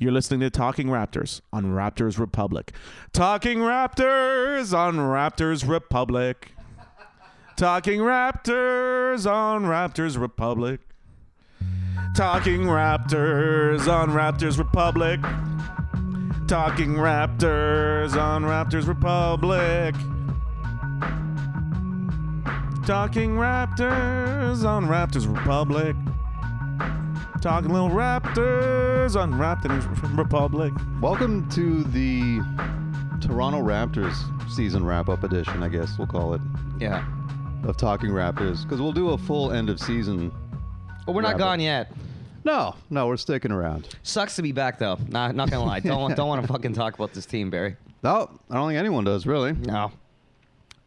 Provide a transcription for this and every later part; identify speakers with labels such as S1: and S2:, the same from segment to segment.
S1: You're listening to Talking Raptors on Raptors Republic. Talking Raptors on Raptors Republic. Talking Raptors on Raptors Republic. Talking Raptors on Raptors Republic. Talking Raptors on Raptors Republic. Talking Raptors on Raptors Republic. Talking Little Raptors on Raptors Republic.
S2: Welcome to the Toronto Raptors season wrap up edition, I guess we'll call it,
S3: Yeah.
S2: of Talking Raptors, because we'll do a full end of season.
S3: But we're not
S2: Rabbit.
S3: gone yet.
S2: No, no, we're sticking around.
S3: Sucks to be back though. Nah, not gonna lie. Don't want, don't want to fucking talk about this team, Barry.
S2: No, I don't think anyone does, really.
S3: No.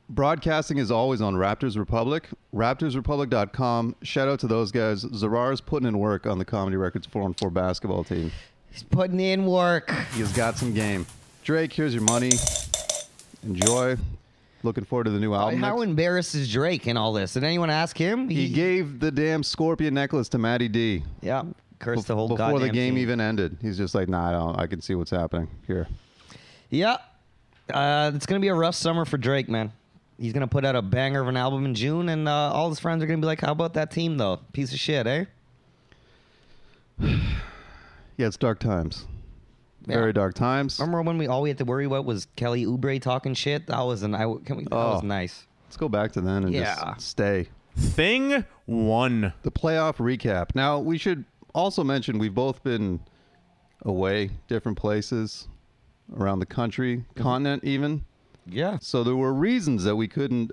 S2: Broadcasting is always on Raptors Republic, raptorsrepublic.com. Shout out to those guys. Zarar's putting in work on the Comedy Records 4 on 4 basketball team.
S3: He's putting in work.
S2: He's got some game. Drake, here's your money. Enjoy. Looking forward to the new album.
S3: How
S2: next-
S3: embarrassed is Drake in all this? Did anyone ask him?
S2: he gave the damn scorpion necklace to Matty D.
S3: Yeah. Cursed the whole
S2: before the
S3: goddamn
S2: game
S3: team.
S2: even ended. He's just like, nah, I don't. I can see what's happening here.
S3: Yeah. Uh, it's gonna be a rough summer for Drake, man. He's gonna put out a banger of an album in June, and uh, all his friends are gonna be like, "How about that team, though? Piece of shit, eh?"
S2: Yeah, it's dark times.
S3: Yeah.
S2: Very dark times.
S3: Remember when we all we had to worry about was Kelly Oubre talking shit? That was an I can we, that
S2: Oh.
S3: was nice.
S2: Let's go back to then and
S3: Yeah.
S2: just stay.
S1: Thing one.
S2: The playoff recap. Now we should also mention we've both been away, different places, around the country,
S3: Mm-hmm.
S2: continent even.
S3: Yeah.
S2: So there were reasons that we couldn't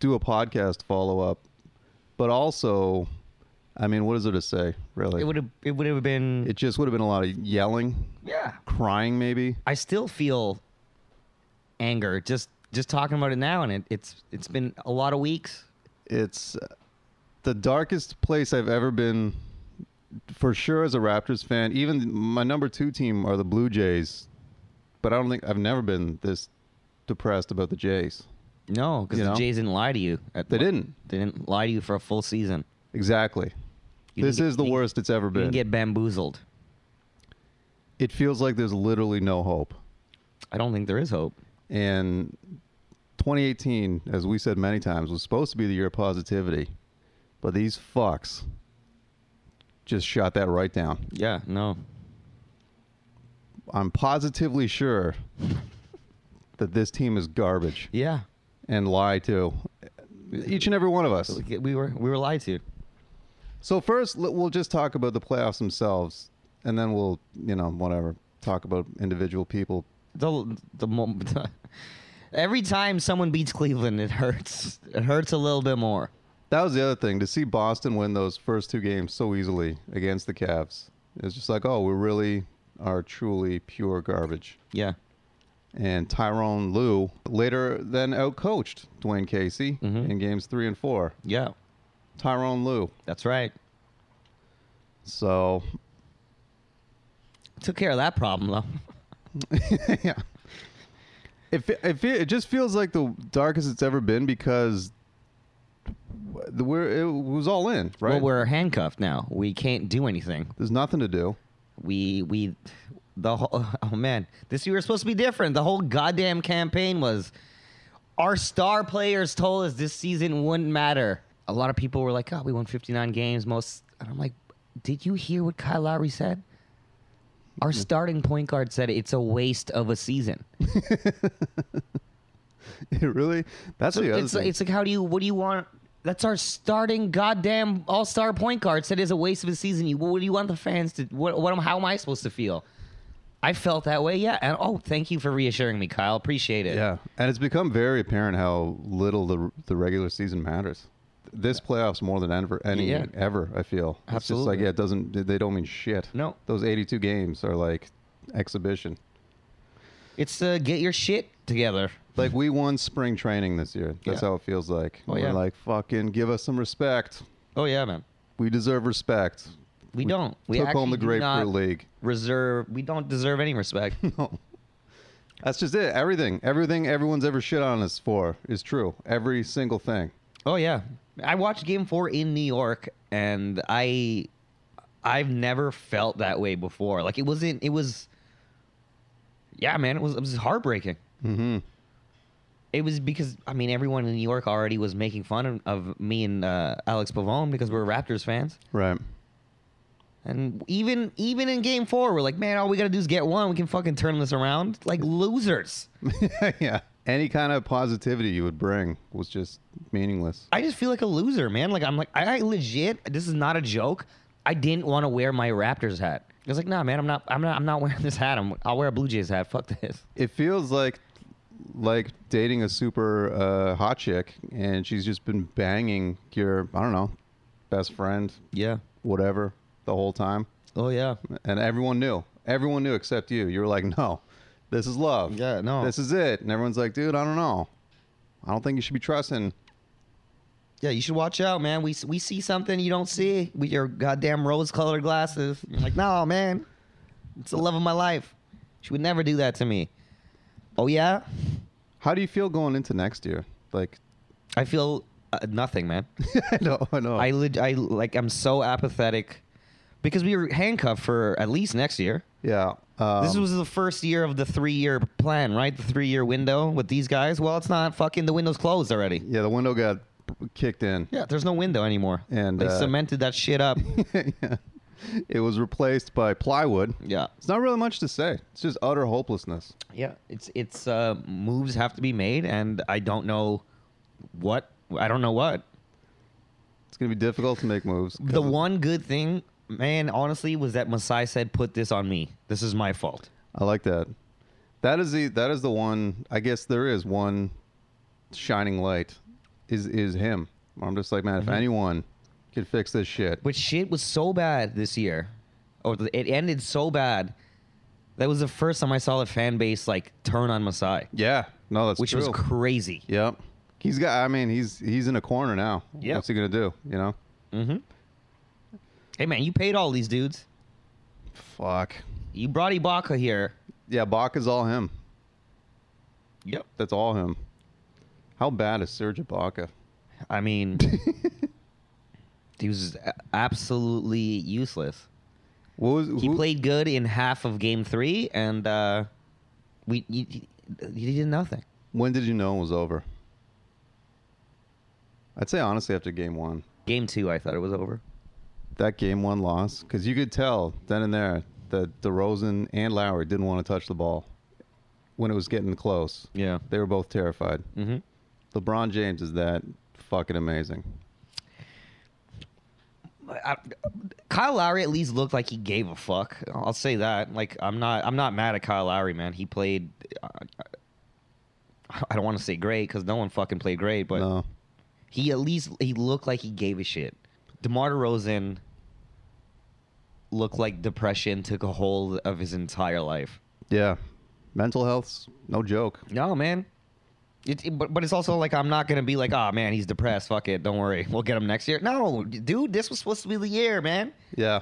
S2: do a podcast follow up, but also, I mean, what is there to say really?
S3: It would have it would have been
S2: it just would have been a lot of yelling,
S3: yeah.
S2: crying maybe.
S3: I still feel anger just just talking about it now, and it, it's it's been a lot of weeks.
S2: it's the darkest place I've ever been, for sure. As a Raptors fan, even my number two team are the Blue Jays, but I don't think I've never been this depressed about the Jays.
S3: No, because
S2: You
S3: the
S2: know?
S3: Jays didn't lie to you. At
S2: They
S3: one-
S2: didn't.
S3: They didn't lie to you for a full season.
S2: Exactly.
S3: You
S2: this
S3: didn't
S2: is the
S3: get- you-
S2: worst it's ever
S3: You
S2: been.
S3: didn't get bamboozled.
S2: it feels like there's literally no hope.
S3: I don't think there is hope.
S2: And 2018, as we said many times, was supposed to be the year of positivity, but these fucks just shot that right down.
S3: Yeah, no.
S2: I'm positively sure that this team is garbage
S3: Yeah,
S2: and lie to each and every one of us.
S3: we were we were lied to.
S2: So first, l- we'll just talk about the playoffs themselves, and then we'll, you know, whatever, talk about individual people.
S3: The the moment. Every time someone beats Cleveland, it hurts. It hurts a little bit more.
S2: That was the other thing to see Boston win those first two games so easily against the Cavs. It's just like, oh, we really are truly pure garbage.
S3: Yeah.
S2: and Tyrone Lou later then outcoached Dwayne Casey in games three and four.
S3: Yeah.
S2: Tyrone Lou.
S3: That's right.
S2: So
S3: Took care of that problem though.
S2: yeah, it, fe- it, fe- it just feels like the darkest it's ever been because the, we're, it was all in, right?
S3: Well, we're handcuffed now. We can't do anything.
S2: There's nothing to do.
S3: We we the whole oh man, this year was supposed to be different. The whole goddamn campaign was our star players told us this season wouldn't matter. A lot of people were like, "Oh, we won 59 games most." And I'm like, "Did you hear what Kyle Lowry said?" Our starting point guard said it's a waste of a season.
S2: It really, that's the other
S3: it's,
S2: thing.
S3: it's like, how do you? What do you want? That's our starting goddamn all-star point guard. Said is a waste of a season. You, what do you want the fans to? What, what am? How am I supposed to feel? I felt that way. Yeah. And oh, thank you for reassuring me, Kyle. Appreciate it.
S2: yeah, and it's become very apparent how little the the regular season matters. This playoffs more than ever, any
S3: Yeah.
S2: ever. I feel it's just like
S3: Absolutely.
S2: yeah, it doesn't. They don't mean shit.
S3: No.
S2: those eighty-two games are like exhibition.
S3: It's uh, get your shit together.
S2: Like we won spring training this year. That's
S3: Yeah.
S2: how it feels like.
S3: Oh,
S2: We're
S3: yeah.
S2: like fucking give us some respect.
S3: Oh yeah, man.
S2: We deserve respect.
S3: We, don't. We
S2: took home
S3: actually
S2: the
S3: do
S2: grapefruit
S3: not
S2: league.
S3: Reserve. We don't deserve any respect.
S2: That's just it. Everything, everything everyone's ever shit on us for is true. Every single thing.
S3: Oh yeah, I watched Game Four in New York, and I I've never felt that way before. Like it wasn't. It was. Yeah, man, it was it was heartbreaking.
S2: Mm-hmm.
S3: It was because I mean everyone in New York already was making fun of, of me and uh, Alex Pavone because we're Raptors fans,
S2: Right.
S3: and even even in Game Four, we're like, man, all we gotta do is get one. We can fucking turn this around. Like losers.
S2: yeah. Any kind of positivity you would bring was just meaningless.
S3: I just feel like a loser, man. Like I'm like I, I legit. This is not a joke. I didn't want to wear my Raptors hat. I was like, nah, man, I'm not. I'm not. I'm not wearing this hat. I'm, I'll wear a Blue Jays hat. Fuck this.
S2: It feels like like dating a super uh, hot chick and she's just been banging your I don't know best friend
S3: Yeah.
S2: whatever the whole time
S3: Oh yeah.
S2: and everyone knew everyone knew except you you were like no this is love
S3: Yeah, no.
S2: this is it and everyone's like dude I don't know I don't think you should be trusting
S3: Yeah, you should watch out, man. We we see something you don't see with your goddamn rose-colored glasses. You're like, no, man, it's the love of my life. She would never do that to me. Oh yeah,
S2: how do you feel going into next year like
S3: I feel uh, nothing, man.
S2: I know I know
S3: I leg- I like I'm so apathetic because we were handcuffed for at least next year.
S2: yeah um,
S3: this was the first year of the three-year plan, right? The three-year window with these guys. Well, it's not fucking. The window's closed already.
S2: yeah the window got kicked in
S3: Yeah, there's no window anymore.
S2: And,
S3: they
S2: uh,
S3: cemented that shit up.
S2: yeah. It was replaced by plywood.
S3: yeah.
S2: It's not really much to say. It's just utter hopelessness.
S3: Yeah, it's it's uh, moves have to be made, and I don't know what I don't know what.
S2: It's going to be difficult to make moves. 'cause
S3: The
S2: of-
S3: one good thing, man, honestly, was that Masai said, "Put this on me. This is my fault."
S2: I like that. That is the that is the one. I guess there is one shining light. Is is him? I'm just like man.
S3: Mm-hmm.
S2: If anyone could fix this shit,
S3: But shit was so bad this year, or th- it ended so bad. That was the first time I saw the fan base like turn on Masai,
S2: yeah. No, that's
S3: which
S2: true.
S3: was crazy.
S2: Yep. He's got. I mean, he's he's in a corner now.
S3: Yeah.
S2: What's he gonna do? You know.
S3: Mm-hmm. Hey man, you paid all these dudes.
S2: Fuck.
S3: You brought Ibaka here.
S2: Yeah. Bach is all him.
S3: Yep.
S2: That's all him. How bad is Serge Ibaka?
S3: I mean, he was a- absolutely useless.
S2: What was
S3: He
S2: who-
S3: played good in half of game three, and uh, we he, he he did nothing.
S2: When did you know it was over? I'd say honestly after game one.
S3: Game two, I thought it was over.
S2: That game one loss, because you could tell then and there that DeRozan and Lowry didn't want to touch the ball when it was getting close.
S3: Yeah.
S2: They were both terrified.
S3: Mm-hmm.
S2: LeBron James is that fucking amazing.
S3: Kyle Lowry at least looked like he gave a fuck. I'll say that. Like I'm not I'm not mad at Kyle Lowry, man. He played. Uh, I don't want to say great because no one fucking played great, but
S2: no.
S3: He at least he looked like he gave a shit. DeMar DeRozan looked like depression took a hold of his entire life.
S2: Yeah. Mental health's no joke.
S3: No, man. It, it- but, but it's also like I'm not gonna be like, oh man, he's depressed. Fuck it, don't worry, we'll get him next year. No, dude, this was supposed to be the year, man.
S2: Yeah.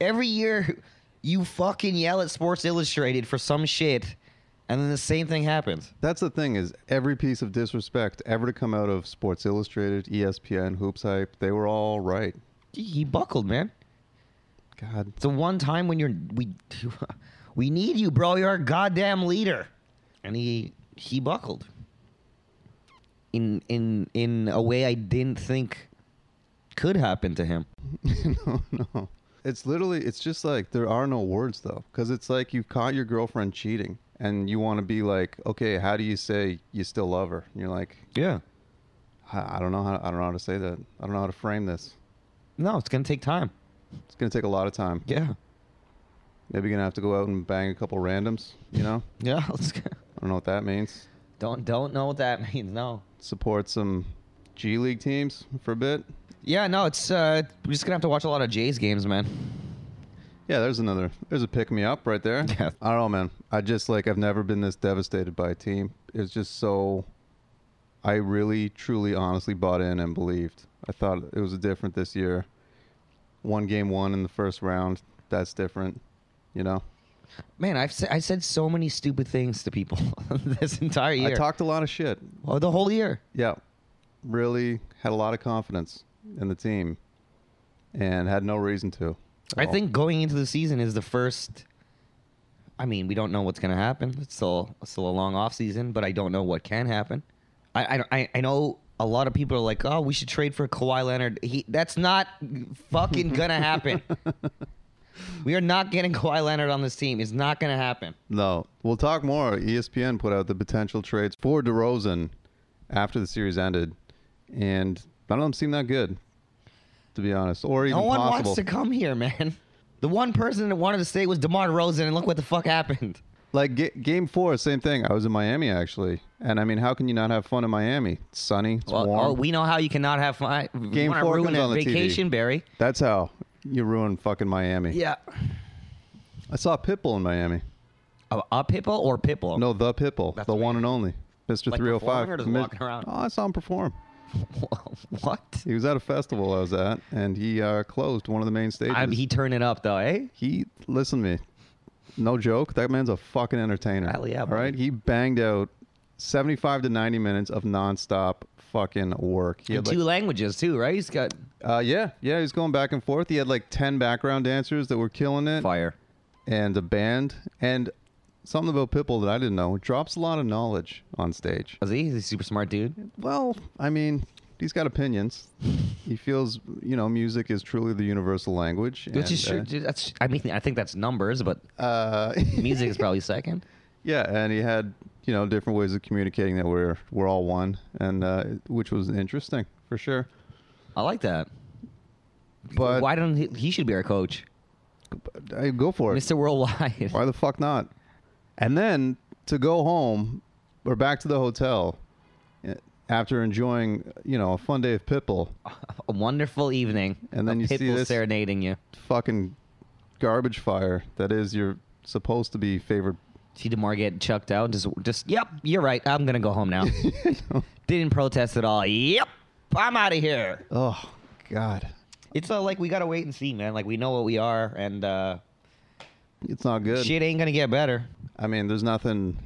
S3: Every year, you fucking yell at Sports Illustrated for some shit, and then the same thing happens.
S2: That's the thing is every piece of disrespect ever to come out of Sports Illustrated, E ESPN, Hoops Hype, they were all right.
S3: He, he buckled, man.
S2: God.
S3: It's the one time when you're we we need you, bro. You're our goddamn leader. And he he buckled. In in in a way I didn't think could happen to him.
S2: no, no. It's literally, it's just like there are no words though, because it's like you've caught your girlfriend cheating, and you want to be like, okay, how do you say you still love her? And you're like,
S3: Yeah.
S2: I I don't know how, I don't know how to say that. I don't know how to frame this.
S3: No, it's gonna take time.
S2: It's gonna take a lot of time.
S3: Yeah.
S2: Maybe you're gonna have to go out and bang a couple randoms. You know,
S3: Yeah. Let's go.
S2: I don't know what that means.
S3: Don't don't know what that means. No.
S2: Support some G League teams for a bit.
S3: Yeah, no, it's uh we're just gonna have to watch a lot of Jays games, man.
S2: Yeah, there's another. There's a pick me up right there.
S3: Yeah.
S2: I don't know, man. I just like I've never been this devastated by a team. It's just so. I really, truly, honestly bought in and believed. I thought it was different this year. One game won in the first round. That's different, you know.
S3: Man, I've sa- I said so many stupid things to people this entire year.
S2: I talked a lot of shit.
S3: oh, the whole year.
S2: Yeah, really had a lot of confidence in the team, and had no reason to.
S3: I
S2: Oh.
S3: think going into the season is the first. I mean, we don't know what's going to happen. It's still it's still a long off season, but I don't know what can happen. I I, I, I know a lot of people are like, oh, we should trade for Kawhi Leonard. He, that's not fucking gonna happen. we are not getting Kawhi Leonard on this team. It's not gonna happen.
S2: No, we'll talk more. E ESPN put out the potential trades for DeRozan after the series ended, and none of them seem that good, to be honest, or even
S3: no one
S2: possible.
S3: wants to come here, man. The one person that wanted to stay was DeMar DeRozan, and look what the fuck happened.
S2: Like ga- game four, same thing. I was in Miami actually, and I mean, how can you not have fun in Miami? It's sunny, it's
S3: Well,
S2: warm.
S3: oh, we know how you cannot have fun.
S2: Game
S3: you wanna
S2: four
S3: ruin
S2: comes
S3: a
S2: on the TV.
S3: vacation, Barry.
S2: That's how you ruin fucking Miami.
S3: Yeah.
S2: I saw Pitbull in Miami.
S3: A, a Pitbull or Pitbull?
S2: No, the Pitbull,
S3: That's
S2: the
S3: what
S2: one and only, Mister
S3: Like
S2: Three Hundred Five.
S3: performing or just walking around?
S2: Oh, I saw him perform.
S3: what?
S2: He was at a festival I was at, and he uh, closed one of the main stages.
S3: I, he turned it up though, eh?
S2: He listen to me. No joke. That man's a fucking entertainer.
S3: Hell yeah,
S2: All
S3: buddy.
S2: right. He banged out seventy-five to ninety minutes of nonstop fucking work. He
S3: In
S2: had
S3: two
S2: like,
S3: languages too, right? He's got
S2: uh, yeah, yeah. He was going back and forth. He had like ten background dancers that were killing it,
S3: fire.
S2: and a band, and something about Pitbull that I didn't know. Drops a lot of knowledge on stage.
S3: Was he? He's a super smart dude.
S2: Well, I mean, he's got opinions. he feels, you know, music is truly the universal language.
S3: Which is
S2: and,
S3: sure. That's. I mean, I think that's numbers, but
S2: uh, uh,
S3: music is probably second.
S2: Yeah, and he had you know different ways of communicating that we're we're all one, and uh, which was interesting for sure.
S3: I like that.
S2: But
S3: Why don't he, he should be our coach,
S2: I, go for it?
S3: Mr. Worldwide?
S2: Why the fuck not? And then to go home or back to the hotel eh, after enjoying you know a fun day of Pitbull,
S3: a wonderful evening.
S2: And then
S3: A
S2: you see
S3: Pitbull
S2: this-
S3: serenading you.
S2: fucking garbage fire that is your supposed to be favorite.
S3: See Demar get chucked out. Just, just. Yep, you're right. I'm gonna go home now. Didn't protest at all. Yep, I'm out of here.
S2: Oh God,
S3: It's uh, like we gotta wait and see, man. Like we know what we are, and uh,
S2: it's not good.
S3: shit ain't gonna get better.
S2: I mean, there's nothing.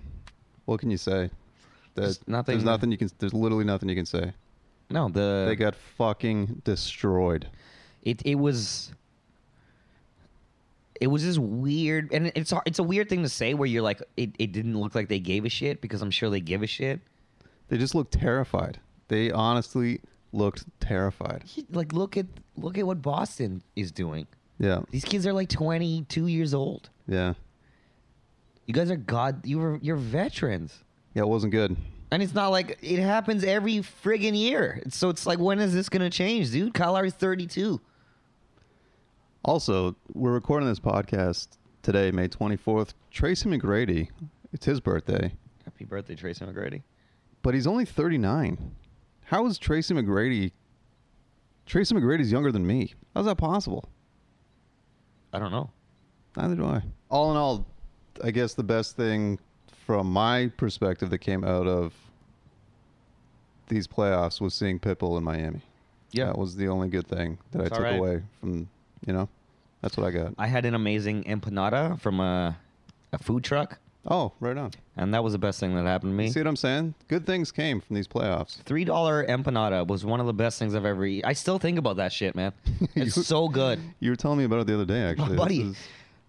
S2: What can you say? There's
S3: There's nothing-
S2: There's nothing you can. There's literally nothing you can say.
S3: No, the
S2: They got fucking destroyed.
S3: it it was it was just weird, and it's hard- it's a weird thing to say where you're like it, it didn't look like they gave a shit because I'm sure they give a shit.
S2: They just looked terrified. They honestly looked terrified.
S3: Like look at look at what Boston is doing.
S2: Yeah.
S3: These kids are like 22 years old.
S2: Yeah.
S3: You guys are god you were you're veterans.
S2: Yeah, it wasn't good.
S3: And it's not like it happens every friggin' year. So it's like, when is this gonna change, dude? Kyle Lowry's 32.
S2: Also, we're recording this podcast today, May 24th. Tracy McGrady, it's his birthday,
S3: Happy birthday, Tracy McGrady.
S2: but he's only 39. How is Tracy McGrady? Tracy McGrady's younger than me. How's that possible?
S3: I don't know.
S2: Neither do I. All in all, I guess the best thing from my perspective that came out of these playoffs was seeing Pitbull in Miami.
S3: Yeah.
S2: That was the only good thing that
S3: It's
S2: I
S3: all
S2: took
S3: right.
S2: away from, you know, that's what I got.
S3: I had an amazing empanada from a, a food truck,
S2: Oh, right on.
S3: and that was the best thing that happened to me.
S2: See what I'm saying? Good things came from these playoffs.
S3: Three dollar empanada was one of the best things I've ever. eaten. I still think about that shit, man. It's
S2: You-
S3: so good.
S2: You were telling me about it the other day, actually. This
S3: buddy,
S2: is-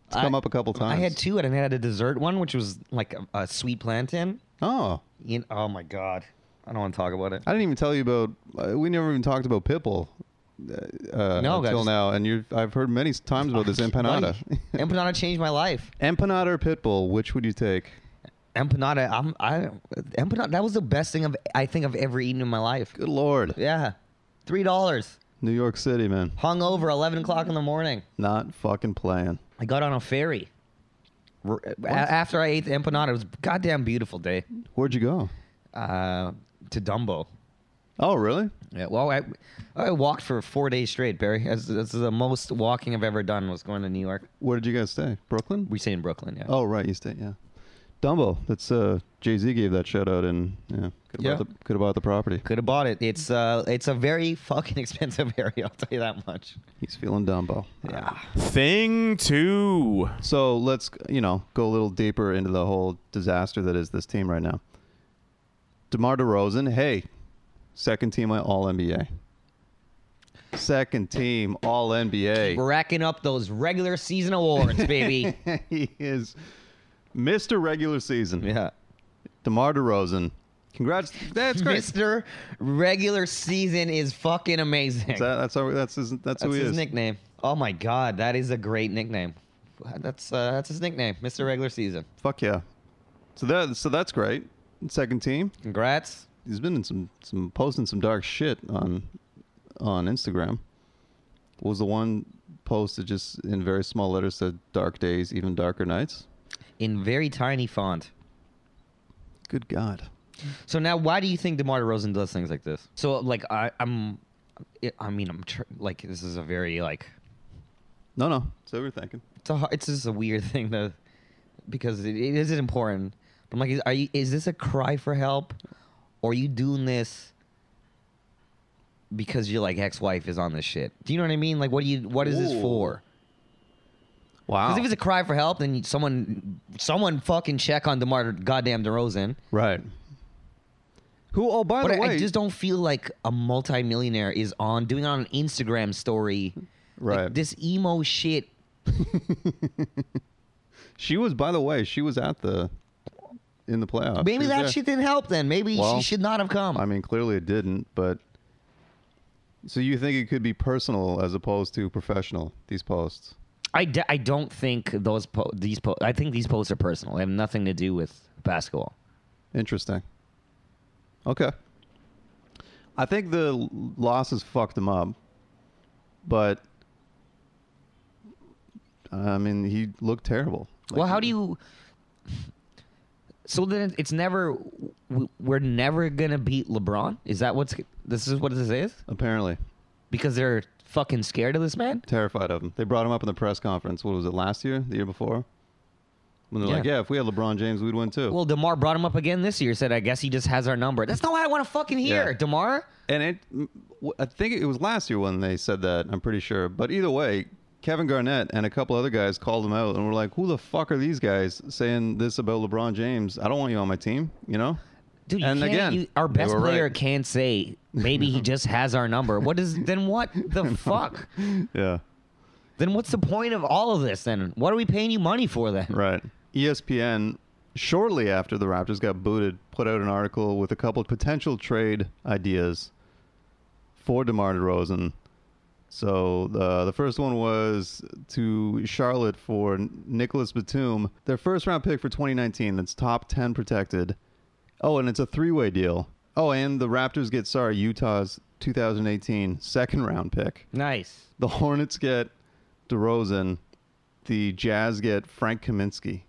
S2: it's come
S3: I-
S2: up a couple times.
S3: I had two, and I had a dessert one, which was like a, a sweet plantain.
S2: Oh,
S3: You kn- oh my god, I don't want to talk about it.
S2: I didn't even tell you about. Uh, we never even talked about Pitbull uh,
S3: No,
S2: until
S3: guys.
S2: now, and you I've heard many times about this empanada.
S3: Buddy, empanada changed my life.
S2: Empanada or Pitbull, which would you take?
S3: Empanada, I'm, I empanada. That was the best thing I've, I think I've ever eaten in my life.
S2: Good lord.
S3: Yeah, three dollars.
S2: New York City, man.
S3: Hung over, eleven o'clock in the morning.
S2: Not fucking playing.
S3: I got on a ferry. R- uh, a- after I ate the empanada, it was a goddamn beautiful day.
S2: Where'd you go?
S3: Uh, to Dumbo.
S2: Oh, really?
S3: Yeah. Well, I, I walked for four days straight, Barry. That's, that's the most walking I've ever done. Was going to New York.
S2: Where did you guys stay? Brooklyn?
S3: We stayed in Brooklyn. Yeah.
S2: Oh, right, you stayed, yeah. Dumbo. That's uh Jay Z gave that shout out and yeah, could have
S3: Yeah.
S2: bought the could have bought the property.
S3: Could have bought it. It's uh, it's a very fucking expensive area. I'll tell you that much.
S2: He's feeling Dumbo.
S3: Yeah.
S1: Thing two.
S2: So let's you know go a little deeper into the whole disaster that is this team right now. DeMar DeRozan, hey, second team all NBA. second team All NBA.
S3: We're racking up those regular season awards, baby.
S2: he is Mr. Regular Season.
S3: yeah.
S2: DeMar DeRozan. Congrats. That's great.
S3: Mr. Regular Season is fucking amazing.
S2: That's that's our, that's his, that's, who
S3: That's
S2: he
S3: his
S2: is.
S3: nickname. Oh my god, that is a great nickname. That's uh, that's his nickname, Mr. Regular Season.
S2: Fuck yeah. So that so that's great. Second team.
S3: Congrats.
S2: He's been in some some posting some dark shit on on Instagram. Was the one post that just in very small letters said "Dark days, even darker nights."
S3: In very tiny font.
S2: Good God.
S3: So now, why do you think Demar Derozan does things like this? So like I, I'm, I mean I'm tr- like this is a very like
S2: No, no. So we're thinking.
S3: it's a, har- it's just a weird thing though, because it, it is important. But I'm like, is, are you, is this a cry for help, or are you doing this because your like ex-wife is on this shit? Do you know what I mean? Like, what do you what is
S2: Ooh. Oh.
S3: this for?
S2: Wow.
S3: Because if it's a cry for help, then someone someone fucking check on Demar goddamn Derozan.
S2: right. Who? Oh, by
S3: But
S2: the
S3: I,
S2: way,
S3: I just don't feel like a multimillionaire is on doing it on an Instagram story. Like,
S2: Right.
S3: this emo shit.
S2: she was. By the way, she was at the in the playoffs. She
S3: Maybe
S2: was
S3: that
S2: there.
S3: shit didn't help then. Maybe
S2: Well,
S3: she should not have come.
S2: I mean, clearly it didn't, but so you think it could be personal as opposed to professional? These posts.
S3: I, d- I don't think those po- these po- I think these posts are personal. They have nothing to do with basketball.
S2: Interesting. Okay. I think the l- losses fucked him up, but I mean, he looked terrible.
S3: well, how do you? So then it's never w- we're never gonna beat LeBron. Is that what's this is what this is?
S2: Apparently,
S3: Because they're fucking scared of this man.
S2: terrified of him. They brought him up in the press conference. What was it last year? The year before? When they're like,
S3: Yeah.
S2: "Yeah, if we had LeBron James, we'd win too."
S3: Well, Demar brought him up again this year. Said, "I guess he just has our number." That's not what I want to fucking hear,
S2: Yeah.
S3: Demar.
S2: And it, m- w- I think it was last year when they said that. I'm pretty sure. But either way, Kevin Garnett and a couple other guys called him out and were like, "Who the fuck are these guys saying this about LeBron James? I don't want you on my team." You know?
S3: Dude, you
S2: And
S3: can't,
S2: again,
S3: you- our
S2: they
S3: best
S2: were
S3: player
S2: right.
S3: can't say maybe he just has our number. What is then? What the fuck?
S2: Yeah.
S3: Then what's the point of all of this? Then what are we paying you money for? Then
S2: Right. E ESPN, shortly after the Raptors got booted, put out an article with a couple of potential trade ideas for DeMar DeRozan. So the the first one was to Charlotte for Nicholas Batum, their first round pick for 2019. That's top 10 protected. Oh, and it's a three way deal. Oh, and the Raptors get sorry Utah's 2018 second round pick
S3: nice.
S2: the Hornets get DeRozan, the Jazz get Frank Kaminsky.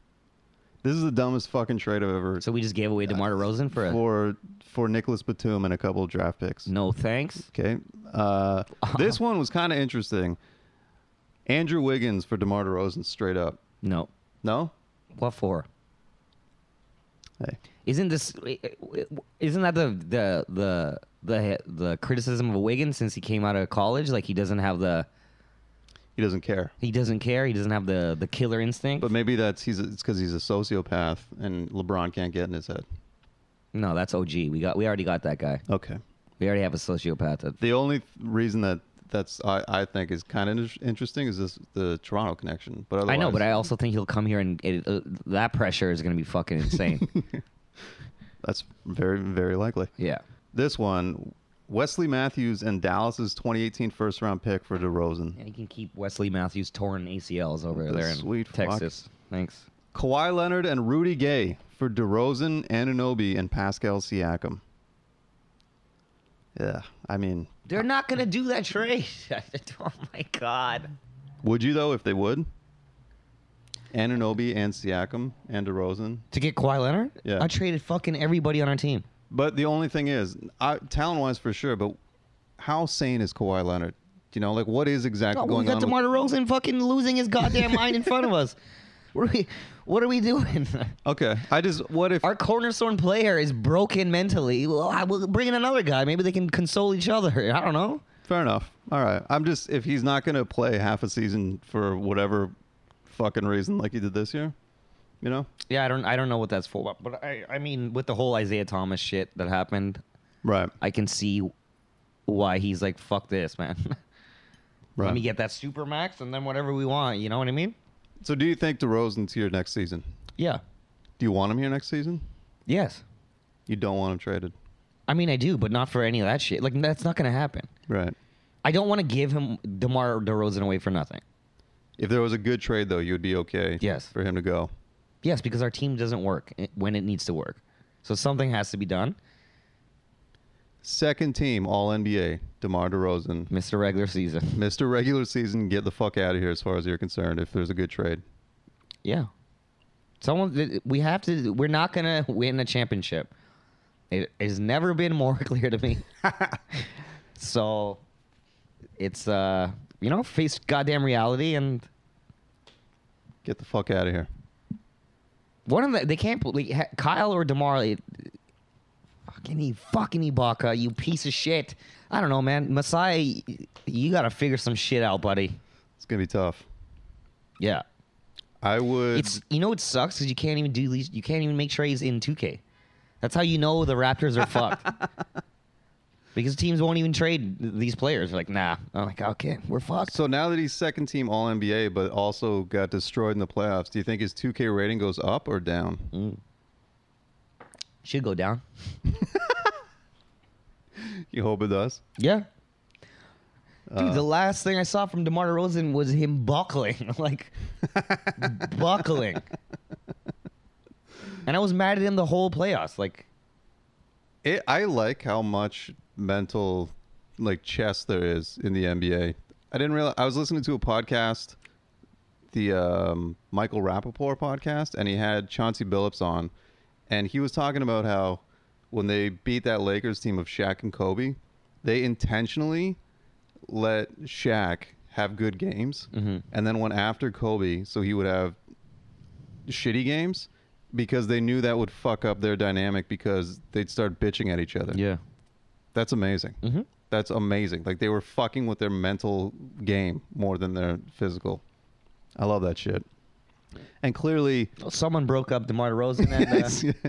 S2: This is the dumbest fucking trade I've ever
S3: So we just gave away Demar Derozan for a
S2: for for Nicholas Batum and a couple of draft picks.
S3: no thanks.
S2: Okay, uh, this one was kind of interesting. Andrew Wiggins for DeMar DeRozan, straight up.
S3: No.
S2: No,
S3: What for?
S2: hey,
S3: Isn't this? Isn't that the the the the the criticism of Wiggins since he came out of college? Like he doesn't have the
S2: he doesn't care.
S3: he doesn't care. He doesn't have the the killer instinct.
S2: But maybe that's he's it's because he's a sociopath and LeBron can't get in his head.
S3: no, that's OG. We got we already got that guy.
S2: Okay.
S3: We already have a sociopath. that-
S2: The only th- reason that that's I, I think is kind of interesting is this the Toronto connection. But
S3: I know, but I
S2: otherwise,
S3: also think he'll come here and it, uh, that pressure is going to be fucking insane.
S2: that's very very likely.
S3: yeah.
S2: This one, Wesley Matthews and Dallas's 2018 first round pick for DeRozan.
S3: Yeah, you can keep Wesley Matthews torn ACLs over
S2: The
S3: there in
S2: sweet fuck.
S3: Texas. Thanks.
S2: Kawhi Leonard and Rudy Gay for DeRozan, Ananobi, and Pascal Siakam. Yeah, I mean,
S3: They're not going to do that trade. oh my god.
S2: would you though if they would? Ananobi and Siakam and DeRozan.
S3: To get Kawhi Leonard?
S2: Yeah.
S3: I traded fucking everybody on our team.
S2: But the only thing is, I, talent-wise for sure. But how sane is Kawhi Leonard? You know, like what is exactly
S3: Oh, we
S2: going
S3: got
S2: on?
S3: DeMar DeRozan fucking losing his goddamn mind in front of us. What are we, what are we doing?
S2: with, okay, I just what if?
S3: Our cornerstone player is broken mentally. Well, I will bring in another guy. Maybe they can console each other. I don't know.
S2: fair enough. All right, I'm just if he's not going to play half a season for whatever fucking reason, like he did this year, you know?
S3: Yeah, I don't I don't know what that's for, but I I mean with the whole Isaiah Thomas shit that happened,
S2: Right.
S3: I can see why he's like fuck this, man.
S2: Right.
S3: Let me get that super max and then whatever we want. You know what I mean?
S2: So do you think DeRozan's here next season?
S3: Yeah.
S2: Do you want him here next season?
S3: Yes.
S2: You don't want him traded.
S3: I mean, I do, but not for any of that shit. Like that's not gonna happen.
S2: Right.
S3: I don't want to give him Demar Derozan away for nothing.
S2: If there was a good trade though, you'd be okay.
S3: Yes.
S2: For him to go.
S3: Yes, because our team doesn't work i- when it needs to work. So something has to be done.
S2: Second team All NBA, DeMar DeRozan,
S3: Mr. Regular Season.
S2: Mr. Regular Season. Get the fuck out of here, as far as you're concerned. If there's a good trade,
S3: Yeah. Someone th- we have to we're not going to win a championship. It has never been more clear to me. so it's uh you know face goddamn reality and
S2: get the fuck out of here.
S3: one of the they can't like, ha- Kyle or Demar like, fucking he fucking Ibaka you piece of shit. I don't know man. Masai y- you got to figure some shit out, buddy.
S2: It's gonna be tough.
S3: Yeah.
S2: I would.
S3: It's you know it sucks because you can't even do these. You can't even make trades in 2K. That's how you know the Raptors are fucked. Because teams won't even trade th- these players. Like, nah. I'm like, okay, we're fucked.
S2: so now that he's second team All NBA, but also got destroyed in the playoffs, do you think his 2K rating goes up or down?
S3: Hmm. Mm. Should go down.
S2: You hope it does.
S3: Yeah. Uh, Dude, the last thing I saw from DeMar DeRozan was him buckling, like buckling. And I was mad at him the whole playoffs. Like,
S2: It, I like how much mental like chess there is in the NBA. I didn't realize I was listening to a podcast, the um, Michael Rappaport podcast, and he had Chauncey Billups on, and he was talking about how when they beat that Lakers team of Shaq and Kobe, they intentionally let Shaq have good games, and then went after Kobe so he would have shitty games because they knew that would fuck up their dynamic because they'd start bitching at each other. That's amazing.
S3: Mm.
S2: Mm-hmm. That's amazing. Like they were fucking with their mental game more than their physical. I love that shit. And clearly,
S3: someone broke up DeMar DeRozan and uh,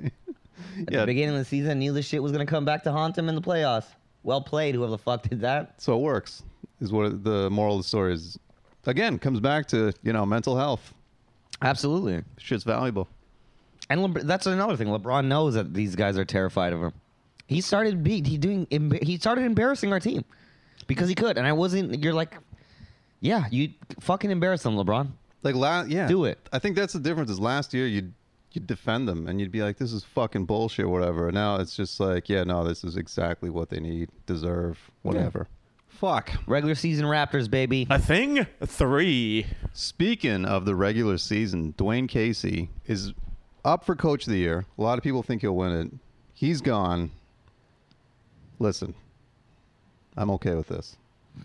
S3: At
S2: yeah.
S3: the beginning of the season, knew this shit was gonna come back to haunt him in the playoffs. Well played, whoever the fuck did that.
S2: So it works. Is what the moral of the story is. Again, comes back to you know mental health.
S3: Absolutely.
S2: Shit's valuable.
S3: And Lebr- that's another thing. LeBron knows that these guys are terrified of him. He started be- he doing emb- he started embarrassing our team because he could. And I wasn't. You're like, yeah, you fucking embarrass them, LeBron.
S2: Like last, yeah,
S3: Do it.
S2: I think that's the difference. Is last year you you defend them and you'd be like, "This is fucking bullshit," whatever. And now it's just like, "Yeah, no, this is exactly what they need, deserve, whatever." Fuck.
S3: Regular season Raptors, baby.
S1: A thing three.
S2: Speaking of the regular season, Dwayne Casey is up for Coach of the Year. A lot of people think he'll win it. He's gone. Listen, I'm okay with this.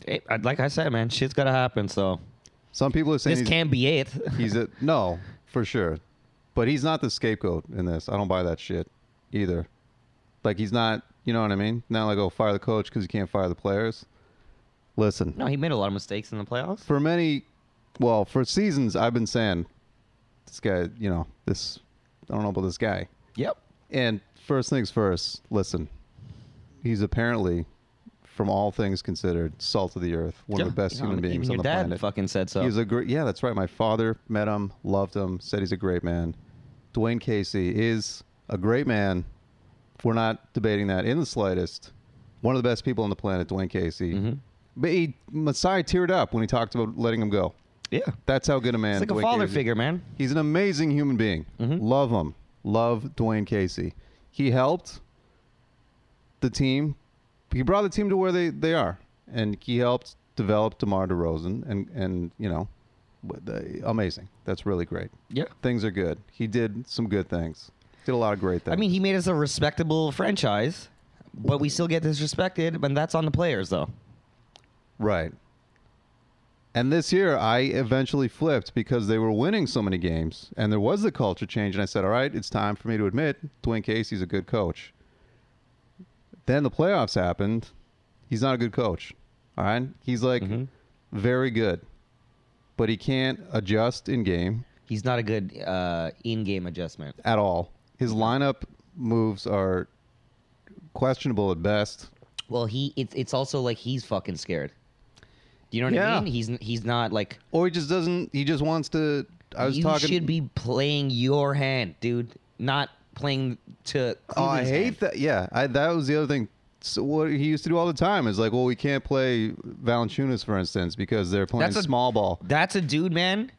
S3: Eh, like I said, man, shit's gotta happen. So
S2: Some people are saying
S3: this
S2: he's-
S3: can't be it.
S2: He's a no, for sure. But he's not the scapegoat in this. I don't buy that shit either. Like he's not, you know what I mean? Not like oh, fire the coach because you can't fire the players. Listen,
S3: no, he made a lot of mistakes in the playoffs.
S2: for many, well, for seasons I've been saying this guy, you know, this I don't know about this guy.
S3: Yep.
S2: And first things first, listen. He's apparently, from all things considered, salt of the earth, one
S3: Yeah.
S2: of the best
S3: You know,
S2: human
S3: even
S2: beings on
S3: your
S2: the
S3: dad
S2: planet.
S3: fucking said so.
S2: He's a great. Yeah, that's right. My father met him, loved him, said he's a great man. Dwayne Casey is a great man. We're not debating that in the slightest. One of the best people on the planet, Dwayne Casey. But he, Masai teared up when he talked about letting him go.
S3: yeah.
S2: That's how good a man.
S3: It's like a
S2: Dwayne
S3: father
S2: Casey-
S3: figure, man.
S2: He's an amazing human being.
S3: Mm-hmm.
S2: Love him. Love Dwayne Casey. He helped the team. He brought the team to where they, they are, and he helped develop DeMar DeRozan, and and you know, what the- amazing. That's really great.
S3: Yeah.
S2: Things are good. He did some good things. Did a lot of great things.
S3: I mean, he made us a respectable franchise, but we still get disrespected, and that's on the players, though.
S2: Right. And this year, I eventually flipped because they were winning so many games, and there was the culture change. And I said, "All right, it's time for me to admit Dwayne Casey's a good coach." Then the playoffs happened. He's not a good coach. All right, he's like
S3: Mm-hmm.
S2: very good, but he can't adjust in game
S3: He's not a good uh, in-game adjustment.
S2: at all. His
S3: Mm-hmm.
S2: lineup moves are questionable at best.
S3: Well, he it's it's also like he's fucking scared. You know what
S2: Yeah.
S3: I mean? He's he's not like
S2: Or he just doesn't. He just wants to. I was
S3: you
S2: talking.
S3: should be playing your hand, dude, not playing to.
S2: oh, I
S3: Cleveland's hand.
S2: hate that. Yeah, I, that was the other thing. So what he used to do all the time is like, well, we can't play Valanciunas, for instance, because they're playing
S3: That's a-
S2: small ball.
S3: That's a dude, man.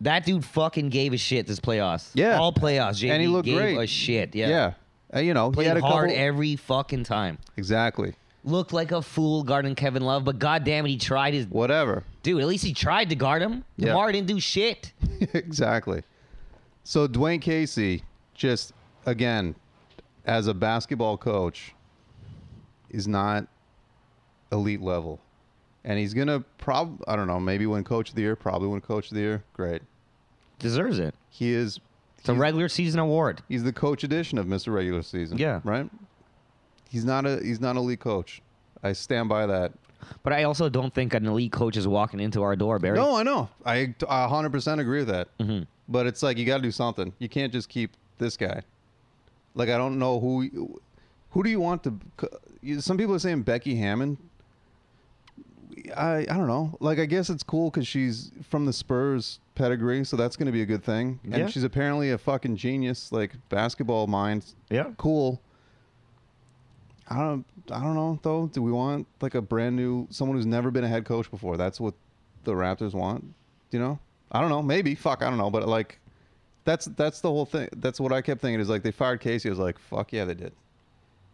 S3: That dude fucking gave a shit this playoffs.
S2: Yeah.
S3: all playoffs. JV
S2: And he looked
S3: gave
S2: great.
S3: a shit. Yeah,
S2: Yeah, And, you know, he
S3: played
S2: had a
S3: hard
S2: couple.
S3: every fucking time.
S2: exactly.
S3: Looked like a fool guarding Kevin Love, but goddamn it, he tried his
S2: Whatever.
S3: dude. At least he tried to guard him.
S2: Yeah.
S3: Lamar didn't do shit.
S2: exactly. So Dwayne Casey, just again, as a basketball coach, is not elite level, and he's gonna prob I don't know maybe win coach of the year, probably win coach of the year. Great.
S3: Deserves it.
S2: He is.
S3: It's a regular season award.
S2: He's the coach edition of Mr. Regular Season.
S3: Yeah.
S2: Right. He's not a he's not a league coach. I stand by that.
S3: But I also don't think an elite coach is walking into our door, Barry.
S2: No, I know. I a hundred percent agree with that.
S3: Mm-hmm.
S2: But it's like you got to do something. You can't just keep this guy. Like I don't know who who do you want to? you- Some people are saying Becky Hammond. I I don't know. Like I guess it's cool because she's from the Spurs pedigree, so that's going to be a good thing. And
S3: Yeah.
S2: she's apparently a fucking genius, like basketball mind.
S3: Yeah.
S2: cool. I don't I don't know though. Do we want like a brand new someone who's never been a head coach before? That's what the Raptors want. You know? I don't know. Maybe. Fuck. I don't know. But like, that's that's the whole thing. That's what I kept thinking. Is like they fired Casey. I was like, fuck yeah, they did.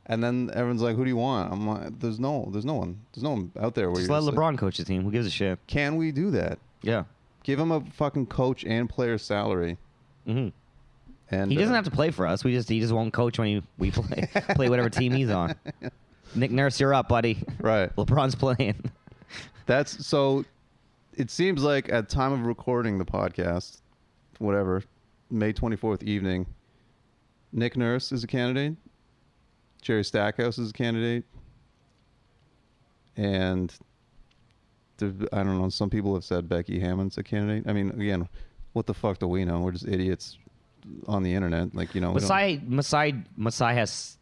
S2: And then everyone's like, who do you want? I'm like, there's no, there's no one, there's no one out there. Where
S3: Just
S2: you're
S3: let
S2: just
S3: LeBron
S2: like,
S3: coach the team. Who gives a shit?
S2: Can we do that?
S3: Yeah.
S2: Give him a fucking coach and player salary.
S3: hmm
S2: And
S3: He doesn't
S2: uh,
S3: have to play for us. We just he just won't coach when he, we play play whatever team he's on. Nick Nurse, you're up, buddy.
S2: Right.
S3: LeBron's playing.
S2: That's so. It seems like at time of recording the podcast, whatever, May twenty fourth evening, Nick Nurse is a candidate, Jerry Stackhouse is a candidate, and the, I don't know. Some people have said Becky Hammond's a candidate. I mean, again, what the fuck do we know? We're just idiots on the internet. Like you know, we don't-
S3: Masai Masai Masai has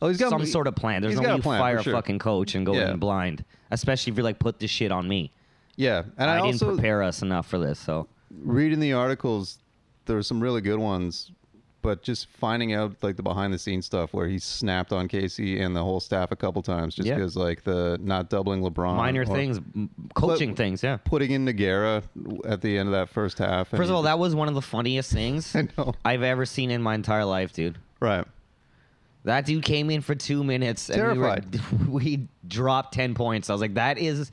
S2: oh, he's got
S3: some sort of plan. There's
S2: he's
S3: no
S2: got
S3: way
S2: a
S3: you
S2: plan,
S3: fire
S2: for sure.
S3: a fucking coach and go
S2: Yeah.
S3: in blind, especially if you're like put this shit on me.
S2: yeah. And I,
S3: I,
S2: also
S3: didn't prepare us enough for this, so
S2: reading the articles, there were some really good ones, but just finding out like the behind the scenes stuff where he snapped on Casey and the whole staff a couple times just
S3: Yeah.
S2: because like the not doubling LeBron,
S3: minor
S2: or
S3: things, m- coaching things, yeah.
S2: putting in Nagara at the end of that first half. and
S3: First
S2: he
S3: of all,
S2: just-
S3: that was one of the funniest things
S2: I know.
S3: I've ever seen in my entire life, dude.
S2: right,
S3: That dude came in for two minutes. And We,
S2: Terrified.
S3: were, we dropped 10 points. I was like, that is,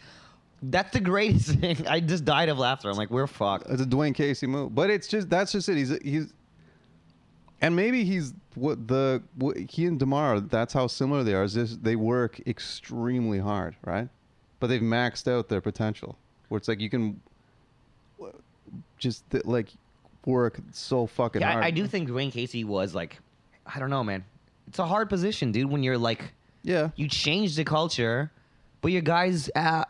S3: that's the greatest thing. I just died of laughter. I'm like, we're fucked.
S2: it's a Dwayne Casey move, but it's just that's just it. He's he's. And maybe he's what the what, he and Demar. That's how similar they are. Is this, they work extremely hard, right? But they've maxed out their potential. Where it's like you can just th- like work so fucking
S3: Yeah,
S2: hard.
S3: I, I do think Dwayne Casey was like, I don't know, man. It's a hard position, dude, when you're like,
S2: Yeah.
S3: you change the culture, but your guys, uh,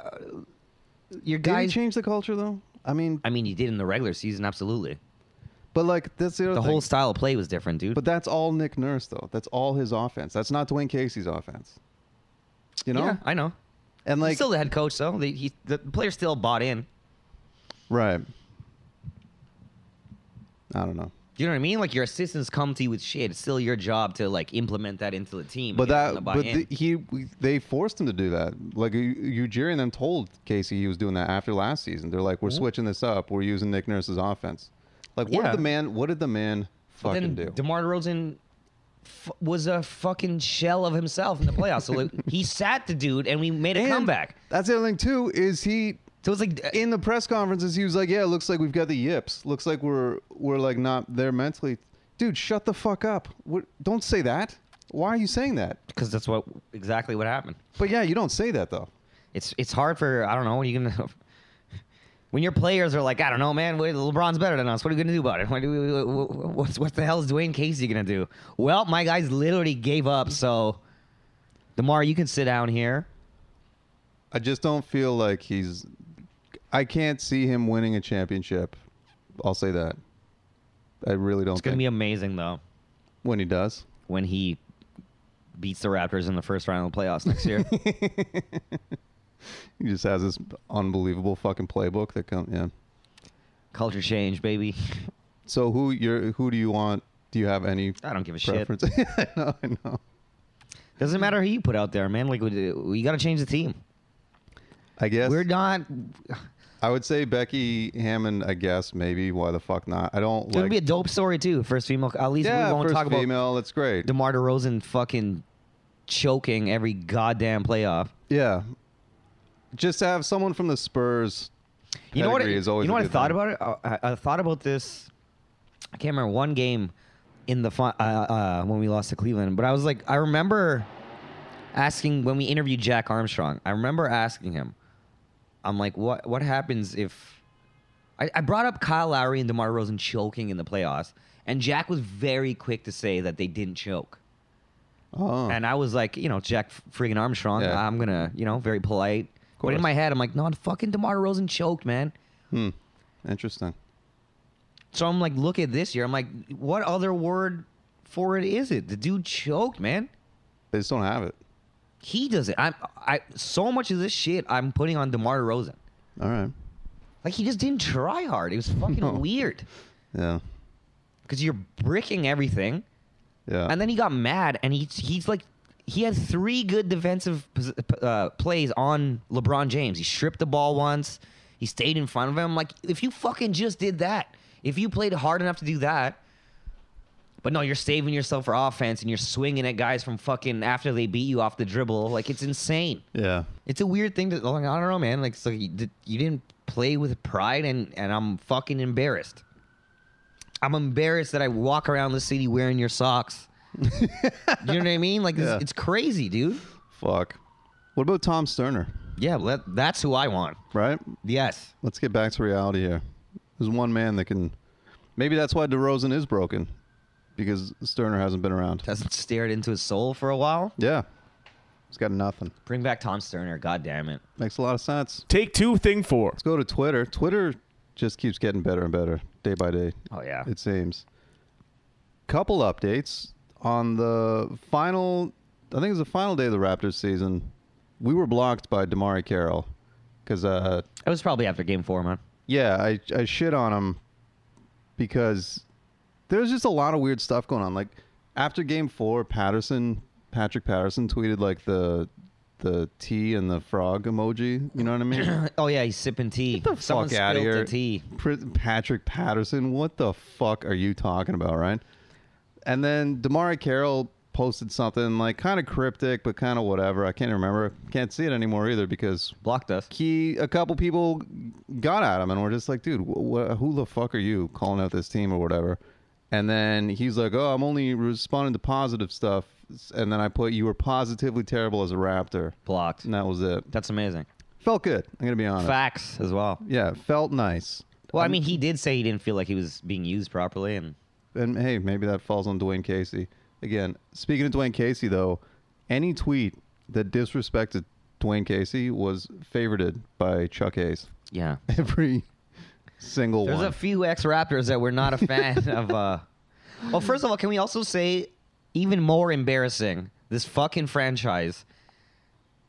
S3: your
S2: Did he
S3: guys.
S2: change the culture though? I mean,
S3: I mean, you did in the regular season, absolutely.
S2: but like that's the other
S3: The
S2: thing.
S3: whole style of play was different, dude.
S2: but that's all Nick Nurse though. That's all his offense. That's not Dwayne Casey's offense. You know?
S3: yeah, I know.
S2: and like
S3: He's still the head coach, though. The, he, the player still bought in.
S2: right. I don't know.
S3: Do you know what I mean? Like your assistants come to you with shit. It's still your job to like implement that into the team.
S2: But
S3: and get them to
S2: that,
S3: buy
S2: but
S3: in.
S2: the, he, we- they forced him to do that. Like Ujiri and them told Casey he was doing that after last season. They're like, we're switching this up. We're using Nick Nurse's offense. Like, what
S3: Yeah.
S2: did the man? What did the man
S3: But
S2: fucking
S3: then
S2: do?
S3: Demar Derozan f- was a fucking shell of himself in the playoffs. so like, he sat the dude, and we made a
S2: And
S3: comeback.
S2: That's the other thing too. Is he
S3: So it's like uh,
S2: in the press conferences? He was like, yeah, it looks like we've got the yips. Looks like we're we're like not there mentally. Dude, shut the fuck up. What, don't say that. Why are you saying that?
S3: because that's what exactly what happened.
S2: But yeah, you don't say that though.
S3: It's it's hard for I don't know. What are you gonna when your players are like I don't know, man. wait, LeBron's better than us. What are you gonna do about it? What do we, what, what's what the hell is Dwayne Casey gonna do? Well, my guys literally gave up. So Demar, you can sit down here.
S2: I just don't feel like he's. I can't see him winning a championship. I'll say that. I really don't.
S3: It's gonna
S2: think.
S3: be amazing though
S2: when he does.
S3: when he beats the Raptors in the first round of the playoffs next year.
S2: He just has this unbelievable fucking playbook that comes. Yeah.
S3: Culture change, baby.
S2: So who you're who do you want? Do you have any
S3: I don't give a
S2: preference? I know, I know.
S3: shit. Doesn't matter who you put out there, man. Like we, we got to change the team.
S2: I guess
S3: We're not.
S2: I would say Becky Hammond. I guess maybe. Why the fuck not? I don't
S3: It would
S2: like.
S3: be a dope story too. First female. At least
S2: yeah,
S3: we won't
S2: first
S3: talk about
S2: female. That's great.
S3: Demar Derozan fucking choking every goddamn playoff.
S2: yeah. Just to have someone from the Spurs.
S3: You know what? I,
S2: pedigree is
S3: you
S2: always
S3: know
S2: a
S3: what I
S2: good
S3: thought
S2: thing.
S3: about it. Uh, I, I I thought about this. I can't remember one game in the fun, uh, uh, when we lost to Cleveland, but I was like, I remember asking when we interviewed Jack Armstrong. I remember asking him, I'm like, what what happens if I, I brought up Kyle Lowry and DeMar Rosen choking in the playoffs, and Jack was very quick to say that they didn't choke.
S2: Oh.
S3: And I was like, you know, Jack friggin' Armstrong,
S2: Yeah.
S3: I'm gonna, you know, very polite. But in
S2: course.
S3: my head, I'm like, no, fucking DeMar Rosen choked, man.
S2: hmm. Interesting.
S3: So I'm like, look at this year. I'm like, what other word for it is it? The dude choked, man.
S2: They just don't have it.
S3: He does it. I'm I so much of this shit I'm putting on DeMar DeRozan.
S2: All right.
S3: Like he just didn't try hard. It was fucking
S2: No.
S3: weird.
S2: Yeah.
S3: Because you're bricking everything.
S2: Yeah.
S3: And then he got mad and he he's like he had three good defensive pos- uh, plays on LeBron James. He stripped the ball once. He stayed in front of him. Like if you fucking just did that, if you played hard enough to do that, but no, you're saving yourself for offense and you're swinging at guys from fucking after they beat you off the dribble. Like it's insane.
S2: yeah.
S3: It's a weird thing to like. I don't know, man. Like so you, did- you didn't play with pride, and and I'm fucking embarrassed. I'm embarrassed that I walk around the city wearing your socks. you know what I mean? Like
S2: Yeah.
S3: it's, it's crazy, dude.
S2: Fuck. What about Tom Sterner?
S3: Yeah, well, that, that's who I want.
S2: Right.
S3: Yes,
S2: Let's get back to reality here. There's one man that can. Maybe that's why DeRozan is broken, because Sterner hasn't been around.
S3: hasn't stared into his soul for a while.
S2: Yeah. He's got nothing.
S3: Bring back Tom Sterner. God damn it.
S2: Makes a lot of sense.
S1: Take two, thing four.
S2: Let's go to Twitter. Twitter just keeps getting better and better day by day,
S3: Oh yeah.
S2: it seems. Couple updates on the final, I think it was the final day of the Raptors season. We were blocked by Damari Carroll because, uh,
S3: It was probably after game four, man.
S2: yeah, I, I shit on him because there's just a lot of weird stuff going on. Like after game four, Patterson, Patrick Patterson tweeted like the, the T and the frog emoji. You know what I mean?
S3: oh yeah, he's sipping tea.
S2: Get the
S3: Someone
S2: fuck out of
S3: spilled the
S2: here.
S3: tea.
S2: Pri- Patrick Patterson, what the fuck are you talking about, right? And then Damari Carroll posted something like kind of cryptic, but kind of whatever. I can't remember. Can't see it anymore either because
S3: Blocked us.
S2: he, a couple people got at him and were just like, dude, wh- wh- who the fuck are you calling out this team or whatever? And then he's like, oh, I'm only responding to positive stuff. And then I put, you were positively terrible as a Raptor.
S3: Blocked.
S2: And that was it.
S3: That's amazing.
S2: Felt good. I'm going to be honest.
S3: Facts as well.
S2: yeah, felt nice.
S3: Well, I mean, he did say he didn't feel like he was being used properly, and
S2: and hey, maybe that falls on Dwayne Casey. Again, speaking of Dwayne Casey, though, any tweet that disrespected Dwayne Casey was favorited by Chuck Hayes.
S3: yeah,
S2: Every single
S3: there's
S2: one.
S3: a few ex Raptors that we're not a fan of. Uh... Well, first of all, can we also say even more embarrassing? This fucking franchise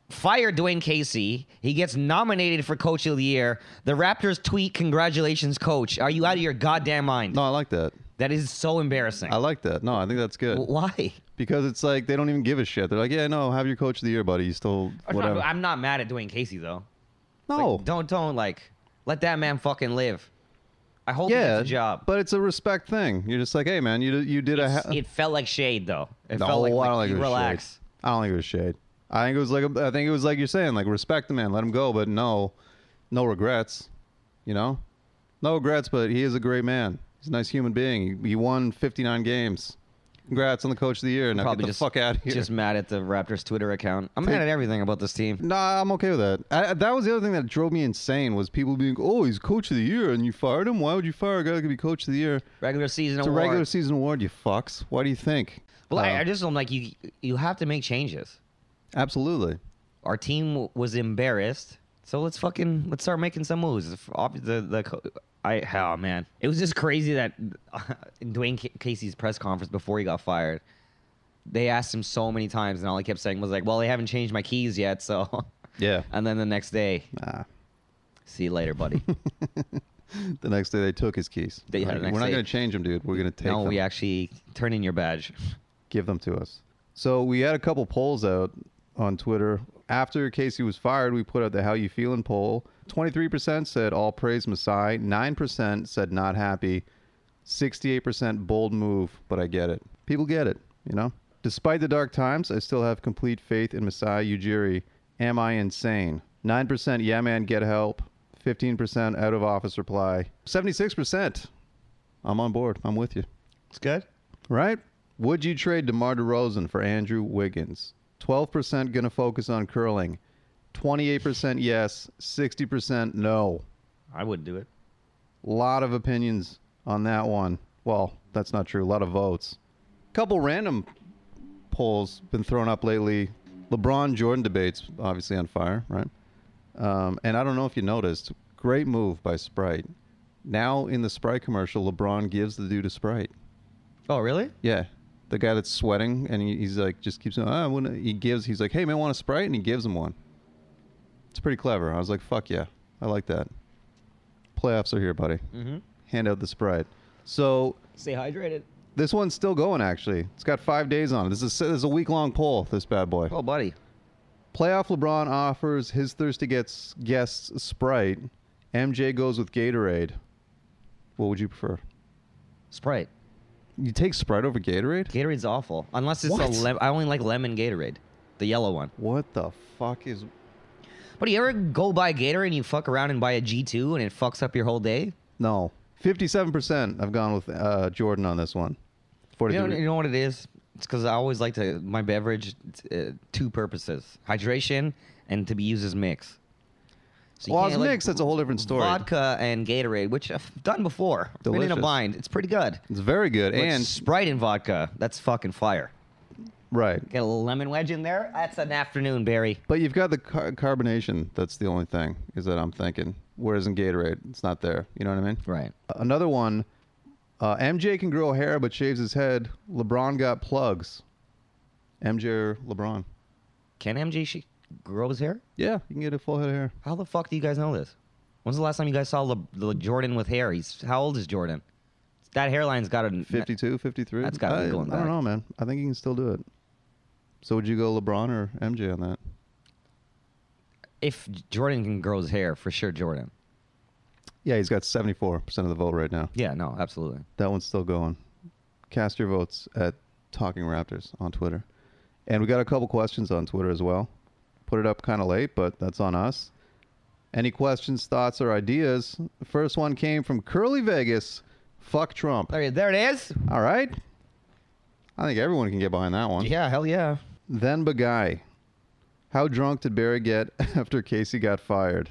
S3: fired Dwayne Casey. He gets nominated for Coach of the Year. The Raptors tweet, "Congratulations, Coach! Are you out of your goddamn mind?"
S2: no, I like that.
S3: That is so embarrassing.
S2: I like that. No, I think that's good
S3: W- Why?
S2: because it's like they don't even give a shit. They're like, yeah, no, have your coach of the year, buddy. You still whatever.
S3: I'm not mad at Dwayne Casey though.
S2: no,
S3: Like, don't don't like let that man fucking live. I hope he
S2: yeah,
S3: gets a job.
S2: but it's a respect thing. You're just like, hey, man, you you did a.
S3: It's-
S2: ha-
S3: it felt like shade though. It
S2: No,
S3: felt like,
S2: I
S3: like,
S2: don't think
S3: you
S2: it was
S3: relax.
S2: shade. I don't think it was shade. I think it was like I think it was like you're saying, like respect the man, let him go, but no, no regrets. You know, no regrets. But he is a great man. He's a nice human being. He, he won 59 games. Congrats on the coach of the year. Now get the fuck out of here.
S3: Just mad at the Raptors Twitter account. I'm
S2: Take-
S3: mad at everything about this team.
S2: Nah, I'm okay with that. I, that was the other thing that drove me insane was people being, oh, he's coach of the year, and you fired him. Why would you fire a guy that could be coach of the year?
S3: Regular season
S2: It's a
S3: award.
S2: regular season award, you fucks. Why do you think?
S3: well, I,
S2: Uh,
S3: I just am like you. You have to make changes.
S2: absolutely.
S3: Our team w- was embarrassed, so let's fucking let's start making some moves. The, f- op- the, the co- I oh man, it was just crazy that in Dwayne Ca- Casey's press conference before he got fired, they asked him so many times, and all he kept saying was like, "Well, they haven't changed my keys yet, so."
S2: Yeah.
S3: And then the next day,
S2: Nah.
S3: see you later, buddy.
S2: The next day they took his keys.
S3: They- yeah, the
S2: We're
S3: next
S2: not
S3: day-
S2: going to change them, dude. We're going to take
S3: no,
S2: them.
S3: we actually turn in your badge.
S2: give them to us. So we had a couple polls out on Twitter. After Casey was fired, we put out the How You Feeling poll. 23% said all praise Masai. 9% said not happy. 68% bold move, but I get it. People get it, you know? Despite the dark times, I still have complete faith in Masai Ujiri. Am I insane? 9% yeah man, get help. 15% out of office reply. 76% I'm on board. I'm with you
S3: It's good.
S2: right? Would you trade DeMar DeRozan for Andrew Wiggins? 12% going to focus on curling. 28% yes, 60% no.
S3: I wouldn't do it.
S2: lot of opinions on that one. Well, that's not true. A lot of votes. Couple random polls been thrown up lately. LeBron Jordan debates obviously on fire, right? Um, and I don't know if you noticed, great move by Sprite. Now in the Sprite commercial, LeBron gives the dude a Sprite.
S3: Oh, really?
S2: Yeah, the guy that's sweating and he, he's like just keeps. Oh, I wanna, he gives. He's like, hey man, want a sprite? And he gives him one. It's pretty clever. I was like, fuck yeah, I like that. Playoffs are here, buddy.
S3: Mm-hmm.
S2: Hand out the sprite. So
S3: Stay hydrated.
S2: this one's still going. Actually, it's got five days on it. This is this is a week long poll. This bad boy.
S3: Oh, buddy.
S2: Playoff LeBron offers his thirsty gets guests sprite. MJ goes with Gatorade. What would you prefer?
S3: Sprite.
S2: You take Sprite over Gatorade?
S3: Gatorade's awful. Unless it's a
S2: What?
S3: lem- I only like lemon Gatorade, the yellow one.
S2: What the fuck is
S3: But you ever go buy Gatorade and you fuck around and buy a G2 and it fucks up your whole day?
S2: No. 57% I've gone with uh, Jordan on this one.
S3: You know,
S2: 43.
S3: you know what it is? It's because I always like to my beverage it's, uh, two purposes: hydration and to be used as mix. So you
S2: well,
S3: can't,
S2: as
S3: like,
S2: mixed, that's a whole different story.
S3: Vodka and Gatorade, which I've done before. Been in a
S2: Delicious.
S3: bind. It's pretty good.
S2: It's very good.
S3: But
S2: and,
S3: Sprite and vodka, that's fucking fire.
S2: right.
S3: Get a little lemon wedge in there. That's an afternoon, Barry.
S2: But you've got the car- carbonation. That's the only thing is that I'm thinking. Whereas in Gatorade, it's not there. You know what I mean?
S3: Right.
S2: Another one uh, MJ can grow hair but shaves his head. LeBron got plugs. MJ or LeBron?
S3: Can MJ she grow his hair?
S2: Yeah, you can get a full head of hair.
S3: How the fuck do you guys know this? When's the last time you guys saw Le- Le- Jordan with hair? He's how old is Jordan? That hairline's got a
S2: 52, 53.
S3: That's gotta be
S2: I-
S3: going
S2: I
S3: back.
S2: don't know, man. I think you can still do it. So would you go LeBron or MJ on that?
S3: If Jordan can grow his hair, for sure Jordan.
S2: Yeah, he's got 74% of the vote right now.
S3: Yeah, no, absolutely.
S2: That one's still going. Cast your votes at Talking Raptors on Twitter. And we got a couple questions on Twitter as well. Put it up kind of late, but that's on us. Any questions, thoughts, or ideas? The first one came from Curly Vegas. Fuck Trump.
S3: There, there it is.
S2: All right. I think everyone can get behind that one.
S3: Yeah, hell yeah.
S2: Then Bagai. How drunk did Barry get after Casey got fired?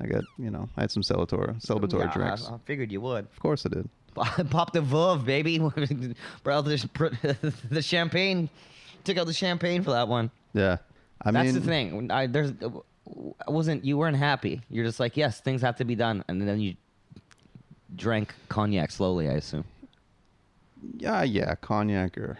S2: I got, you know, I had some celebratory, celebratory
S3: Yeah,
S2: drinks.
S3: I, I figured you would.
S2: Of course I did.
S3: Pop the Vove, baby. Bro, there's pr- the champagne. Took out the champagne for that one.
S2: Yeah. I
S3: That's
S2: mean,
S3: the thing. When I there's I wasn't you weren't happy. You're just like, yes, things have to be done, and then you drank cognac slowly. I assume.
S2: Yeah, yeah, cognac or.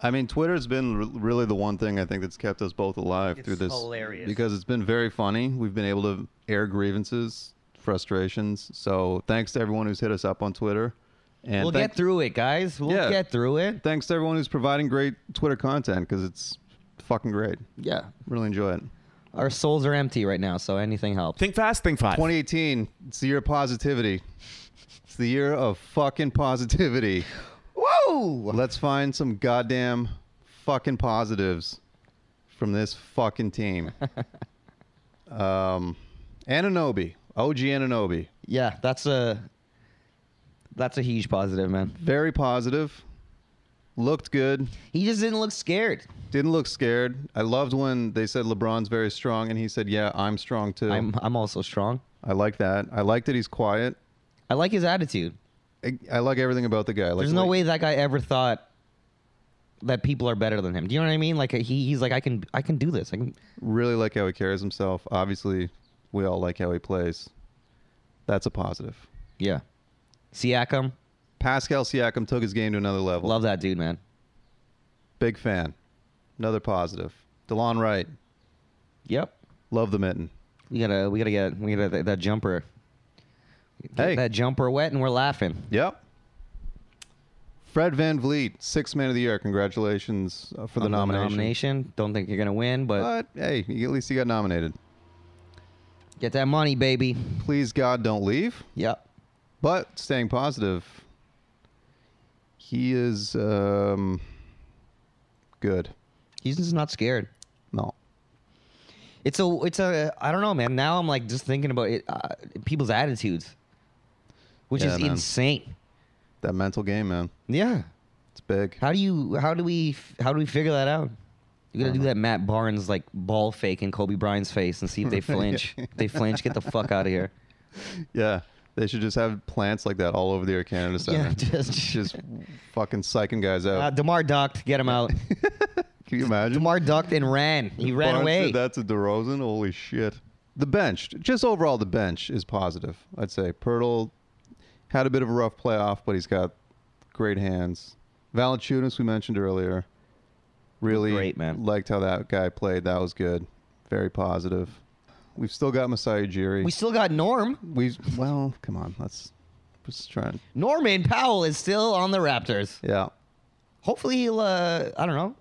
S2: I mean, Twitter's been r- really the one thing I think that's kept us both alive
S3: It's
S2: through this.
S3: hilarious.
S2: Because it's been very funny. We've been able to air grievances, frustrations. So thanks to everyone who's hit us up on Twitter. And
S3: we'll
S2: thank-
S3: get through it, guys. We'll
S2: Yeah.
S3: get through it.
S2: thanks to everyone who's providing great Twitter content because it's fucking great.
S3: Yeah.
S2: Really enjoy it.
S3: Our souls are empty right now, so anything helps.
S1: Think fast, think fast.
S2: 2018, it's the year of positivity. It's the year of fucking positivity.
S3: Whoa!
S2: Let's find some goddamn fucking positives from this fucking team. um, Ananobi, OG Ananobi,
S3: Yeah, that's a that's a huge positive, man.
S2: very positive. Looked good.
S3: He just didn't look scared.
S2: Didn't look scared. I loved when they said LeBron's very strong, and he said, "Yeah, I'm strong too."
S3: I'm I'm also strong.
S2: I like that. I like that he's quiet.
S3: I like his attitude.
S2: I, I like everything about the guy. I Like
S3: There's
S2: the
S3: no way that guy ever thought that people are better than him. Do you know what I mean? Like he, he's like I can I can do this. I can
S2: Really like how he carries himself. Obviously, we all like how he plays. That's a positive.
S3: yeah. Siakam,
S2: Pascal Siakam took his game to another level.
S3: love that dude, man.
S2: Big fan. Another positive. DeLon Wright.
S3: Yep.
S2: Love the mitten.
S3: We gotta we gotta get we gotta that, that jumper. Get
S2: Hey.
S3: that jumper wet and we're laughing.
S2: Yep. Fred Van Vliet, sixth man of the year. Congratulations uh, for the
S3: On
S2: nomination.
S3: nomination. Don't think you're gonna win, but
S2: But hey, you- at least you got nominated.
S3: get that money, baby.
S2: Please, God, don't leave.
S3: Yep.
S2: But staying positive, he is um, good.
S3: He's just not scared.
S2: No.
S3: It's a it's a I don't know, man. Now I'm like just thinking about it, uh, people's attitudes, which
S2: Yeah,
S3: is
S2: man.
S3: insane.
S2: That mental game, man.
S3: Yeah.
S2: It's big.
S3: How do you how do we f- how do we figure that out? You gotta do
S2: Uh-huh.
S3: that Matt Barnes like ball fake in Kobe Bryant's face and see if they flinch. if they flinch, get the fuck out of here.
S2: Yeah. They should just have plants like that all over the Air Canada Center.
S3: Yeah, just-
S2: just fucking psyching guys out.
S3: Uh, Demar ducked, get him out.
S2: Can you imagine?
S3: Demar ducked and ran. He ran
S2: Barnes
S3: away.
S2: did that to DeRozan. Holy shit. The bench, just overall, the bench is positive. I'd say Pirtle had a bit of a rough playoff, but he's got great hands. Valanciunas, we mentioned earlier, really
S3: Great, man.
S2: liked how that guy played. That was good, very positive. We've still got Masai Ujiri.
S3: We still got Norm.
S2: We well, come on, let's let's try. And,
S3: Norman Powell is still on the Raptors.
S2: yeah,
S3: Hopefully he'll uh, I don't know,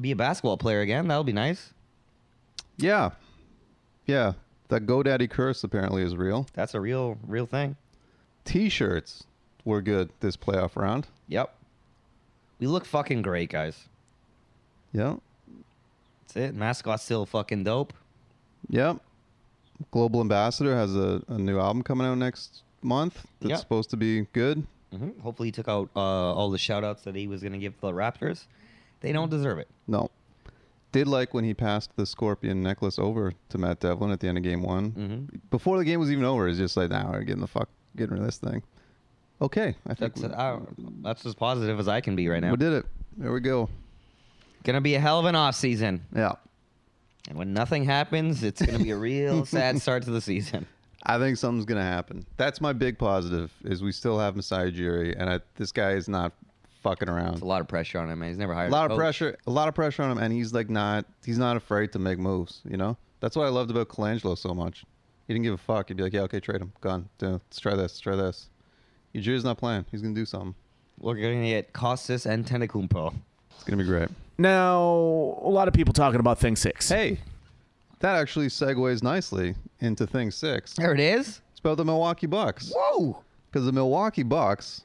S3: be a basketball player again. That'll be nice.
S2: yeah, yeah. That GoDaddy curse apparently is real.
S3: That's a real real thing.
S2: T-shirts were good this playoff round.
S3: Yep. We look fucking great, guys.
S2: Yeah.
S3: That's it. Mascot's still fucking dope.
S2: Yep. Global Ambassador has a, a new album coming out next month that's
S3: Yep.
S2: supposed to be good.
S3: hmm Hopefully, he took out uh, all the shout outs that he was going to give the Raptors. They don't deserve it.
S2: No. Did like when he passed the scorpion necklace over to Matt Devlin at the end of game one.
S3: Mhm.
S2: Before the game was even over, it's just like, now we're getting the fuck, getting rid of this thing. Okay. I think
S3: That's,
S2: we,
S3: uh, that's as positive as I can be right now.
S2: we did it. There we go.
S3: Going to be a hell of an off season,
S2: Yeah.
S3: And when nothing happens, it's going to be a real sad start to the season.
S2: I think something's going to happen. That's my big positive is we still have Masai Ujiri, and I, this guy is not fucking around.
S3: It's a lot of pressure on him, man. He's never hired
S2: a lot of
S3: coach.
S2: pressure, a lot of pressure on him, and he's like not, he's not afraid to make moves. You know, that's what I loved about Colangelo so much. He didn't give a fuck. He'd be like, yeah, okay, trade him, gone. Dude, let's try this, let's try this. Ujiri's not playing. He's gonna do something.
S3: We're going to get Costas and Tenacumpo.
S2: It's gonna be great.
S1: Now, a lot of people talking about Thing Six.
S2: Hey, that actually segues nicely into thing six.
S3: There it is.
S2: It's about the Milwaukee Bucks
S3: Whoa.
S2: because the Milwaukee Bucks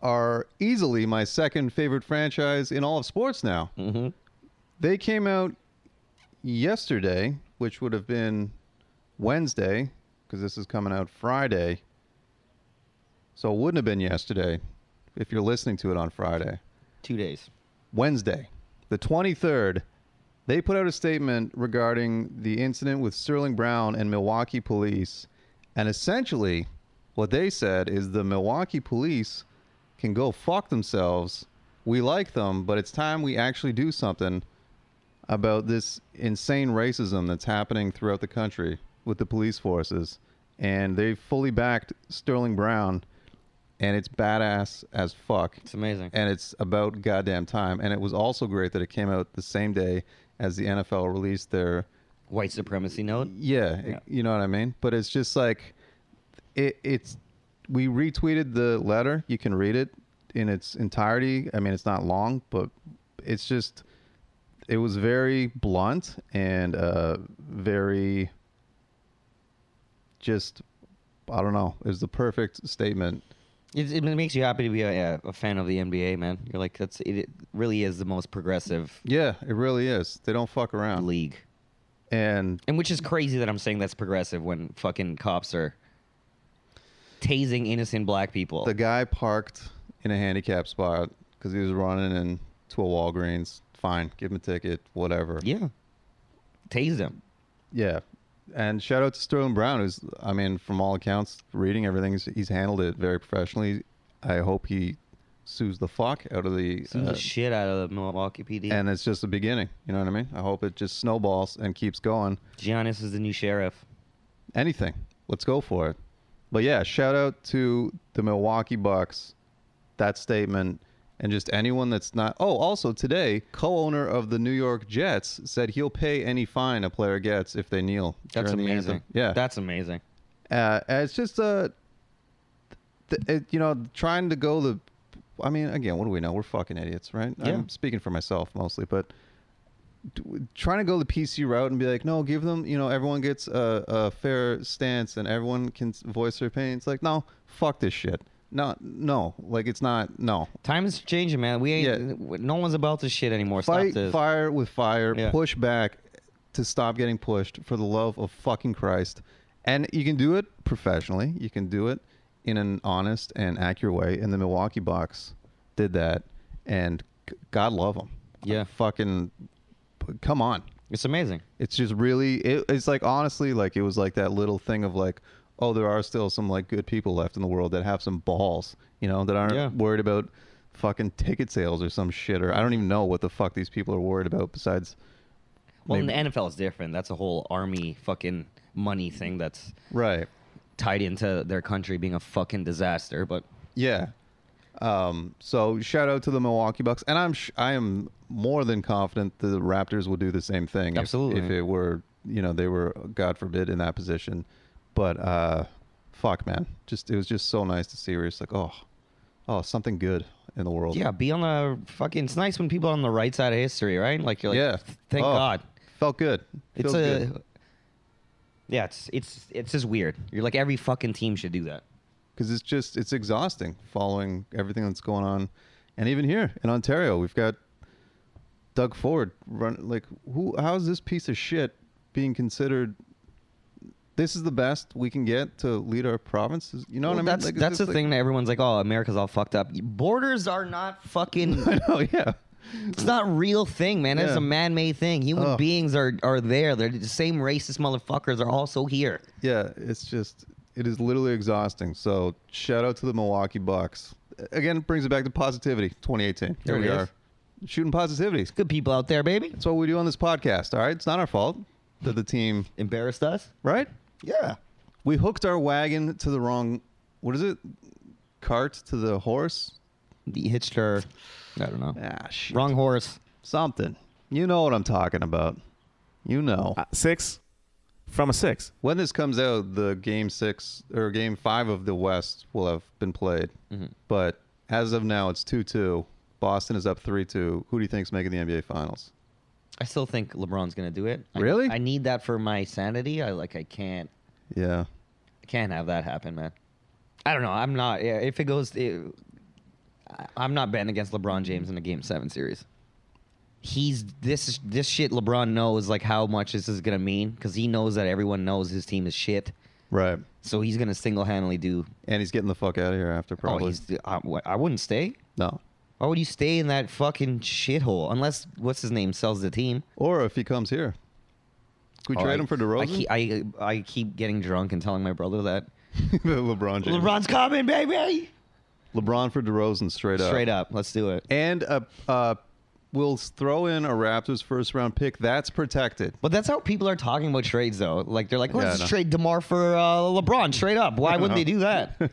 S2: are easily my second favorite franchise in all of sports now.
S3: hmm
S2: They came out yesterday, which would have been Wednesday, because this is coming out Friday. So it wouldn't have been yesterday if you're listening to it on Friday.
S3: Two days.
S2: Wednesday, the 23rd, they put out a statement regarding the incident with Sterling Brown and Milwaukee police. And essentially, what they said is the Milwaukee police can go fuck themselves. We like them, but it's time we actually do something about this insane racism that's happening throughout the country with the police forces. And they fully backed Sterling Brown, and it's badass as fuck
S3: It's amazing.
S2: and it's about goddamn time. And it was also great that it came out the same day as the NFL released their
S3: White supremacy note.
S2: yeah,
S3: Yeah.
S2: you know what I mean. But it's just like it, it's we retweeted the letter. You can read it in its entirety. I mean, it's not long, but it's just it was very blunt and uh, very just I don't know. It was the perfect statement.
S3: It, it makes you happy to be a, a fan of the NBA, man. You're like, that's it, it really is the most progressive
S2: Yeah, it really is. They don't fuck around.
S3: league.
S2: And
S3: And which is crazy that I'm saying that's progressive when fucking cops are tasing innocent black people.
S2: The guy parked in a handicap spot because he was running into a Walgreens. Fine, give him a ticket, whatever.
S3: yeah. Tased him.
S2: Yeah. And shout out to Sterling Brown, who's, I mean, from all accounts, reading everything, he's, he's handled it very professionally. I hope he sues the fuck out of the.
S3: Sued
S2: uh,
S3: the shit out of the Milwaukee PD.
S2: and it's just the beginning. You know what I mean? I hope it just snowballs and keeps going.
S3: Giannis is the new sheriff.
S2: anything. Let's go for it. But yeah, shout out to the Milwaukee Bucks. That statement and just anyone that's not. Oh, also today, co-owner of the New York Jets said he'll pay any fine a player gets if they kneel.
S3: That's
S2: during the anthem.
S3: amazing.
S2: Yeah,
S3: That's amazing.
S2: uh, it's just uh, th- it, you know, trying to go the. I mean, again, what do we know? We're fucking idiots, right?
S3: Yeah.
S2: I'm speaking for myself mostly, but d- trying to go the PC route and be like, no, give them, you know, everyone gets a, a fair stance and everyone can s- voice their opinion. It's like, no, fuck this shit. No, no, like it's not. No,
S3: Times changing, man. We ain't. No one's about this shit anymore.
S2: fight
S3: Stop this.
S2: fire with fire.
S3: Yeah.
S2: Push back to stop getting pushed. For the love of fucking Christ! And you can do it professionally. You can do it in an honest and accurate way. And the Milwaukee Bucks did that, and g- God love them.
S3: Yeah.
S2: fucking, come on.
S3: It's amazing.
S2: It's just really. It, it's like honestly, like it was like that little thing of like. Oh, there are still some like good people left in the world that have some balls, you know, that aren't
S3: Yeah.
S2: worried about fucking ticket sales or some shit or I don't even know what the fuck these people are worried about besides
S3: Well,
S2: Maybe-
S3: in the NFL, it's different. That's a whole army fucking money thing that's
S2: right.
S3: tied into their country being a fucking disaster. But
S2: Yeah. Um, so shout out to the Milwaukee Bucks, and I'm sh- I am more than confident the Raptors will do the same thing. if-
S3: Absolutely.
S2: If, it were you know they were God forbid in that position, but uh, fuck man, just it was just so nice to see. Where it's like oh, oh something good in the world.
S3: yeah, be on the fucking. It's nice when people are on the right side of history, right? Like you're like,
S2: yeah.
S3: thank
S2: Oh,
S3: God.
S2: Felt good.
S3: It's
S2: Feels
S3: a.
S2: good.
S3: Yeah, it's it's it's just weird. You're like every fucking team should do that.
S2: because it's just it's exhausting following everything that's going on, and even here in Ontario, we've got Doug Ford run like who? How is this piece of shit being considered? This is the best we can get to lead our province. Is- You know
S3: Well,
S2: what I mean?
S3: that's
S2: Like, it's
S3: that's the
S2: just like-
S3: thing that everyone's like, oh, America's all fucked up. Borders are not fucking.
S2: I know. Yeah.
S3: It's not a real thing, man. It's
S2: Yeah.
S3: a man-made thing. Human
S2: Ugh.
S3: beings are are there. They're the same racist motherfuckers are also here.
S2: Yeah, it's just it is literally exhausting. So shout out to the Milwaukee Bucks. Again, it brings it back to positivity. 2018.
S3: There
S2: Here we
S3: it
S2: are,
S3: is.
S2: shooting positivity.
S3: Good people out there, baby.
S2: That's what we do on this podcast. All right, it's not our fault that the team,
S3: Embarrassed us?
S2: right?
S3: Yeah.
S2: We hooked our wagon to the wrong. What is it? Cart to the horse.
S3: The hitched her. I don't know.
S2: Ah, shit.
S3: Wrong horse.
S2: Something. You know what I'm talking about. You know.
S1: Uh, six from a six.
S2: When this comes out, the game six or game five of the West will have been played.
S3: Mm-hmm.
S2: But as of now, it's two two. Boston is up three two. Who do you think's making the NBA Finals?
S3: I still think LeBron's gonna do it. I-
S2: Really?
S3: I, need that for my sanity. I like. I can't.
S2: Yeah.
S3: I can't have that happen, man. I don't know. I'm not. Yeah, if it goes, it, I- I'm not betting against LeBron James in a Game Seven series. He's this this shit. LeBron knows like how much this is gonna mean because he knows that everyone knows his team is shit.
S2: Right.
S3: So he's gonna single handedly do.
S2: And he's getting the fuck out of here after
S3: Oh,
S2: probably.
S3: he's, I, what- I wouldn't stay.
S2: no.
S3: Why would you stay in that fucking shithole? Unless what's his name sells the team.
S2: Or if he comes here, could we
S3: Oh,
S2: trade
S3: I-
S2: him for DeRozan?
S3: I keep, I, I keep getting drunk and telling my brother that
S2: The LeBron James.
S3: LeBron's coming, baby.
S2: LeBron for DeRozan straight up.
S3: Straight up, let's do it.
S2: And uh, uh, we'll throw in a Raptors first round pick. That's protected.
S3: But that's how people are talking about trades, though. Like they're like,
S2: Yeah, I
S3: "Let's
S2: know.
S3: trade Demar for uh, LeBron straight up." Why wouldn't
S2: know.
S3: they do that?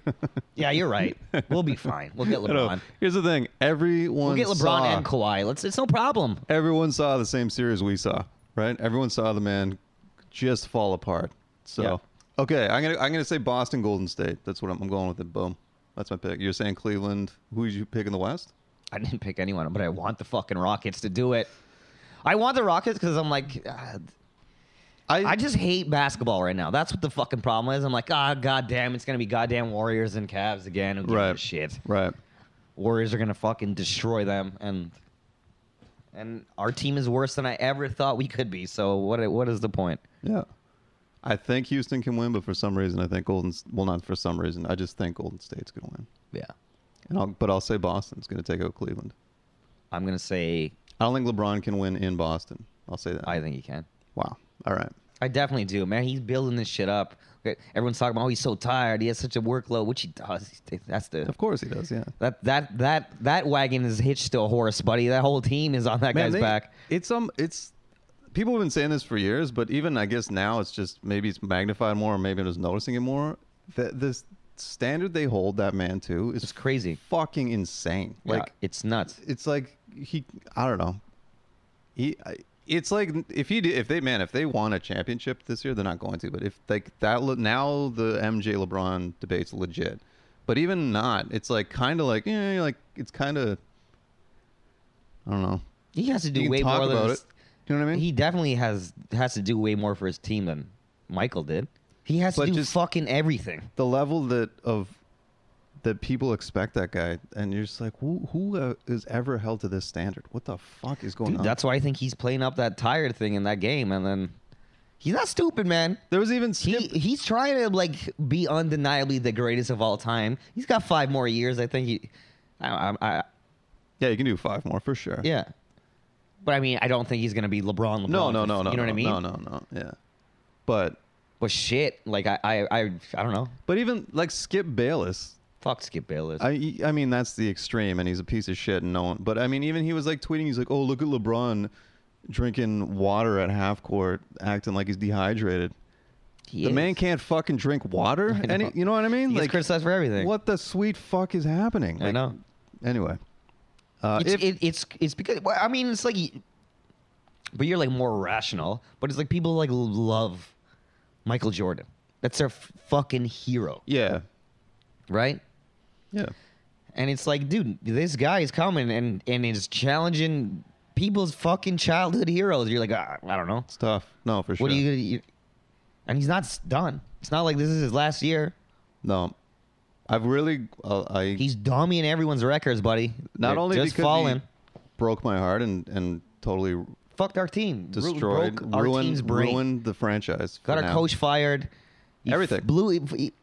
S3: yeah, you're right. We'll be fine. We'll get
S2: I know.
S3: LeBron.
S2: uh, Here's the thing. Everyone
S3: We'll get LeBron
S2: saw,
S3: and Kawhi. Let's. It's no problem.
S2: everyone saw the same series we saw, right? Everyone saw the man just fall apart. So
S3: Yeah.
S2: okay, I'm gonna I'm gonna say Boston Golden State. That's what I'm, I'm going with it. Boom. That's my pick. You're saying Cleveland. Who did you pick in the West?
S3: I didn't pick anyone, but I want the fucking Rockets to do it. I want the Rockets because I'm like, ah, I just hate basketball right now. That's what the fucking problem is. I'm like, ah, goddamn, it's gonna be goddamn Warriors and Cavs again. Who gives a
S2: right
S3: shit?
S2: right.
S3: Warriors are gonna fucking destroy them, and and our team is worse than I ever thought we could be. So what what is the point?
S2: Yeah. I think Houston can win, but for some reason, I think Golden. Well, not for some reason. I just think Golden State's going to win.
S3: Yeah,
S2: And I'll, but I'll say Boston's going to take out Cleveland.
S3: I'm gonna say
S2: I don't think LeBron can win in Boston. I'll say that.
S3: I think he can.
S2: wow. All right.
S3: I definitely do, man. He's building this shit up. Okay, Everyone's talking about, oh, he's so tired. He has such a workload, which he does. That's the
S2: Of course he does. Yeah.
S3: that that that that wagon is hitched to a horse, buddy. That whole team is on that
S2: Man,
S3: guy's
S2: they-
S3: back.
S2: It's um. It's people have been saying this for years, but even I guess now it's just maybe it's magnified more, or maybe I'm just noticing it more. That this standard they hold that man to is
S3: It's crazy.
S2: fucking insane.
S3: Like
S2: Like
S3: it's nuts.
S2: it's like he I don't know. He I, it's like if he did, if they man if they won a championship this year they're not going to but if like that le- now the MJ LeBron debate's legit. But even not, it's like kind of like yeah, like it's kind of I don't know.
S3: He has to do
S2: You can
S3: way
S2: talk
S3: more than
S2: about
S3: his-
S2: it. You know what I mean?
S3: He definitely has has to do way more for his team than Michael did. He has
S2: But
S3: to do
S2: just-
S3: fucking everything.
S2: the level that of that people expect that guy, and you're just like, who who uh, is ever held to this standard? What the fuck is going
S3: Dude,
S2: on?
S3: that's why I think he's playing up that tired thing in that game, and then he's not stupid, man.
S2: there was even
S3: He
S2: Skip.
S3: he's trying to like be undeniably the greatest of all time. He's got five more years, I think. He, I, I, I
S2: yeah, you can do five more for sure.
S3: yeah. But I mean, I don't think he's gonna be LeBron. LeBron
S2: No, no, no, no.
S3: You
S2: no,
S3: know what I mean?
S2: No, no, no. Yeah. But
S3: But shit, like I, I, I, I don't know.
S2: but even like Skip Bayless,
S3: Fuck Skip Bayless.
S2: I I mean that's the extreme, and he's a piece of shit, and no one. But I mean, even he was like tweeting, he's like, oh look at LeBron drinking water at half court, acting like he's dehydrated.
S3: He
S2: the
S3: is.
S2: man can't fucking drink water.
S3: I know.
S2: Any, you know what I mean?
S3: He gets criticized for everything.
S2: What the sweet fuck is happening?
S3: I
S2: Like,
S3: know.
S2: Anyway, uh,
S3: it's,
S2: if-
S3: it, it's it's because well, I mean it's like, but you're like more rational. But it's like people like love Michael Jordan. That's their f- fucking hero,
S2: yeah,
S3: right?
S2: yeah,
S3: And it's like, dude, this guy is coming and and is challenging people's fucking childhood heroes. You're like, ah, I don't know.
S2: it's tough. No, for sure.
S3: What are you gonna? You, and he's not s- done. It's not like this is his last year.
S2: No, I've really. Uh, I
S3: He's dummying everyone's records, buddy.
S2: not
S3: They're
S2: only
S3: just
S2: because
S3: falling.
S2: he broke my heart and and totally
S3: Fucked our team. Ru-
S2: destroyed,
S3: broke our team's
S2: ruined,
S3: brain.
S2: ruined the franchise. for
S3: Got our
S2: now.
S3: coach fired. He
S2: Everything.
S3: f- blew. he- he-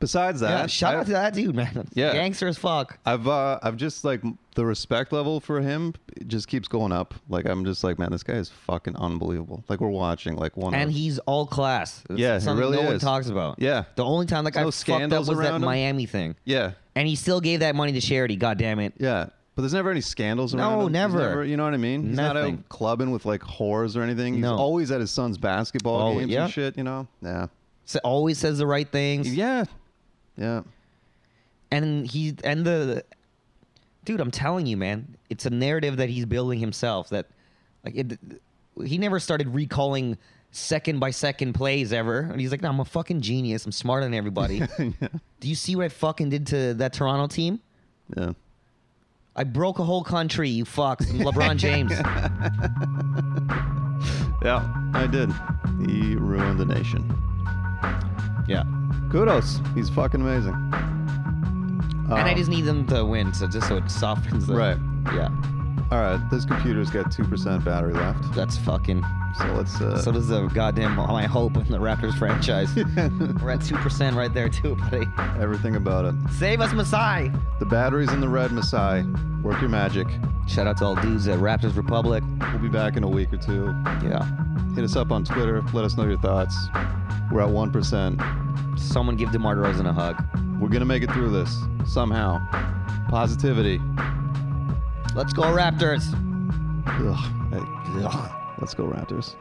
S2: Besides that,
S3: yeah, shout
S2: I-
S3: out to that dude, man.
S2: Yeah.
S3: Gangster as fuck.
S2: I've uh, I've just like the respect level for him it just keeps going up. Like I'm just like, man, this guy is fucking unbelievable. Like we're watching like one.
S3: And
S2: of,
S3: he's all class. It's
S2: Yeah, he
S3: something
S2: really
S3: no one
S2: is.
S3: talks about.
S2: Yeah.
S3: The only time that guy
S2: No
S3: fucked up
S2: scandals
S3: was that
S2: around him.
S3: Miami thing.
S2: yeah,
S3: And he still gave that money to charity, god damn it.
S2: yeah. But there's never any scandals
S3: No,
S2: around. him. He's
S3: never.
S2: You know what I mean? He's not
S3: Nothing.
S2: out clubbing with like whores or anything. He's
S3: No.
S2: always at his son's basketball
S3: Always,
S2: games
S3: yeah.
S2: and shit. You know? Yeah.
S3: So always says the right things.
S2: Yeah. Yeah.
S3: And he and the Dude, I'm telling you, man, it's a narrative that he's building himself that like it he never started recalling second by second plays ever. And he's like, no, I'm a fucking genius. I'm smarter than everybody.
S2: yeah.
S3: Do you see what I fucking did to that Toronto team?
S2: Yeah.
S3: I broke a whole country, you fucks. I'm LeBron James.
S2: Yeah. I did. He ruined the nation.
S3: yeah.
S2: Kudos. He's fucking amazing.
S3: and I
S2: Um,
S3: just need them to win, so just so it softens the
S2: Right.
S3: Yeah.
S2: All right. This computer's got two percent battery left,
S3: That's fucking
S2: so let's. Uh,
S3: so does the goddamn my hope in the Raptors franchise. We're at two percent right there too, buddy.
S2: everything about it.
S3: Save us Masai.
S2: The batteries in the red, Masai. Work your magic.
S3: Shout out to all dudes at Raptors Republic.
S2: We'll be back in a week or two.
S3: Yeah.
S2: Hit us up on Twitter. Let us know your thoughts. We're at one percent.
S3: Someone give DeMar DeRozan a hug.
S2: We're gonna make it through this somehow. Positivity.
S3: Let's go Raptors.
S2: Ugh. Hey, ugh. Let's go Raptors.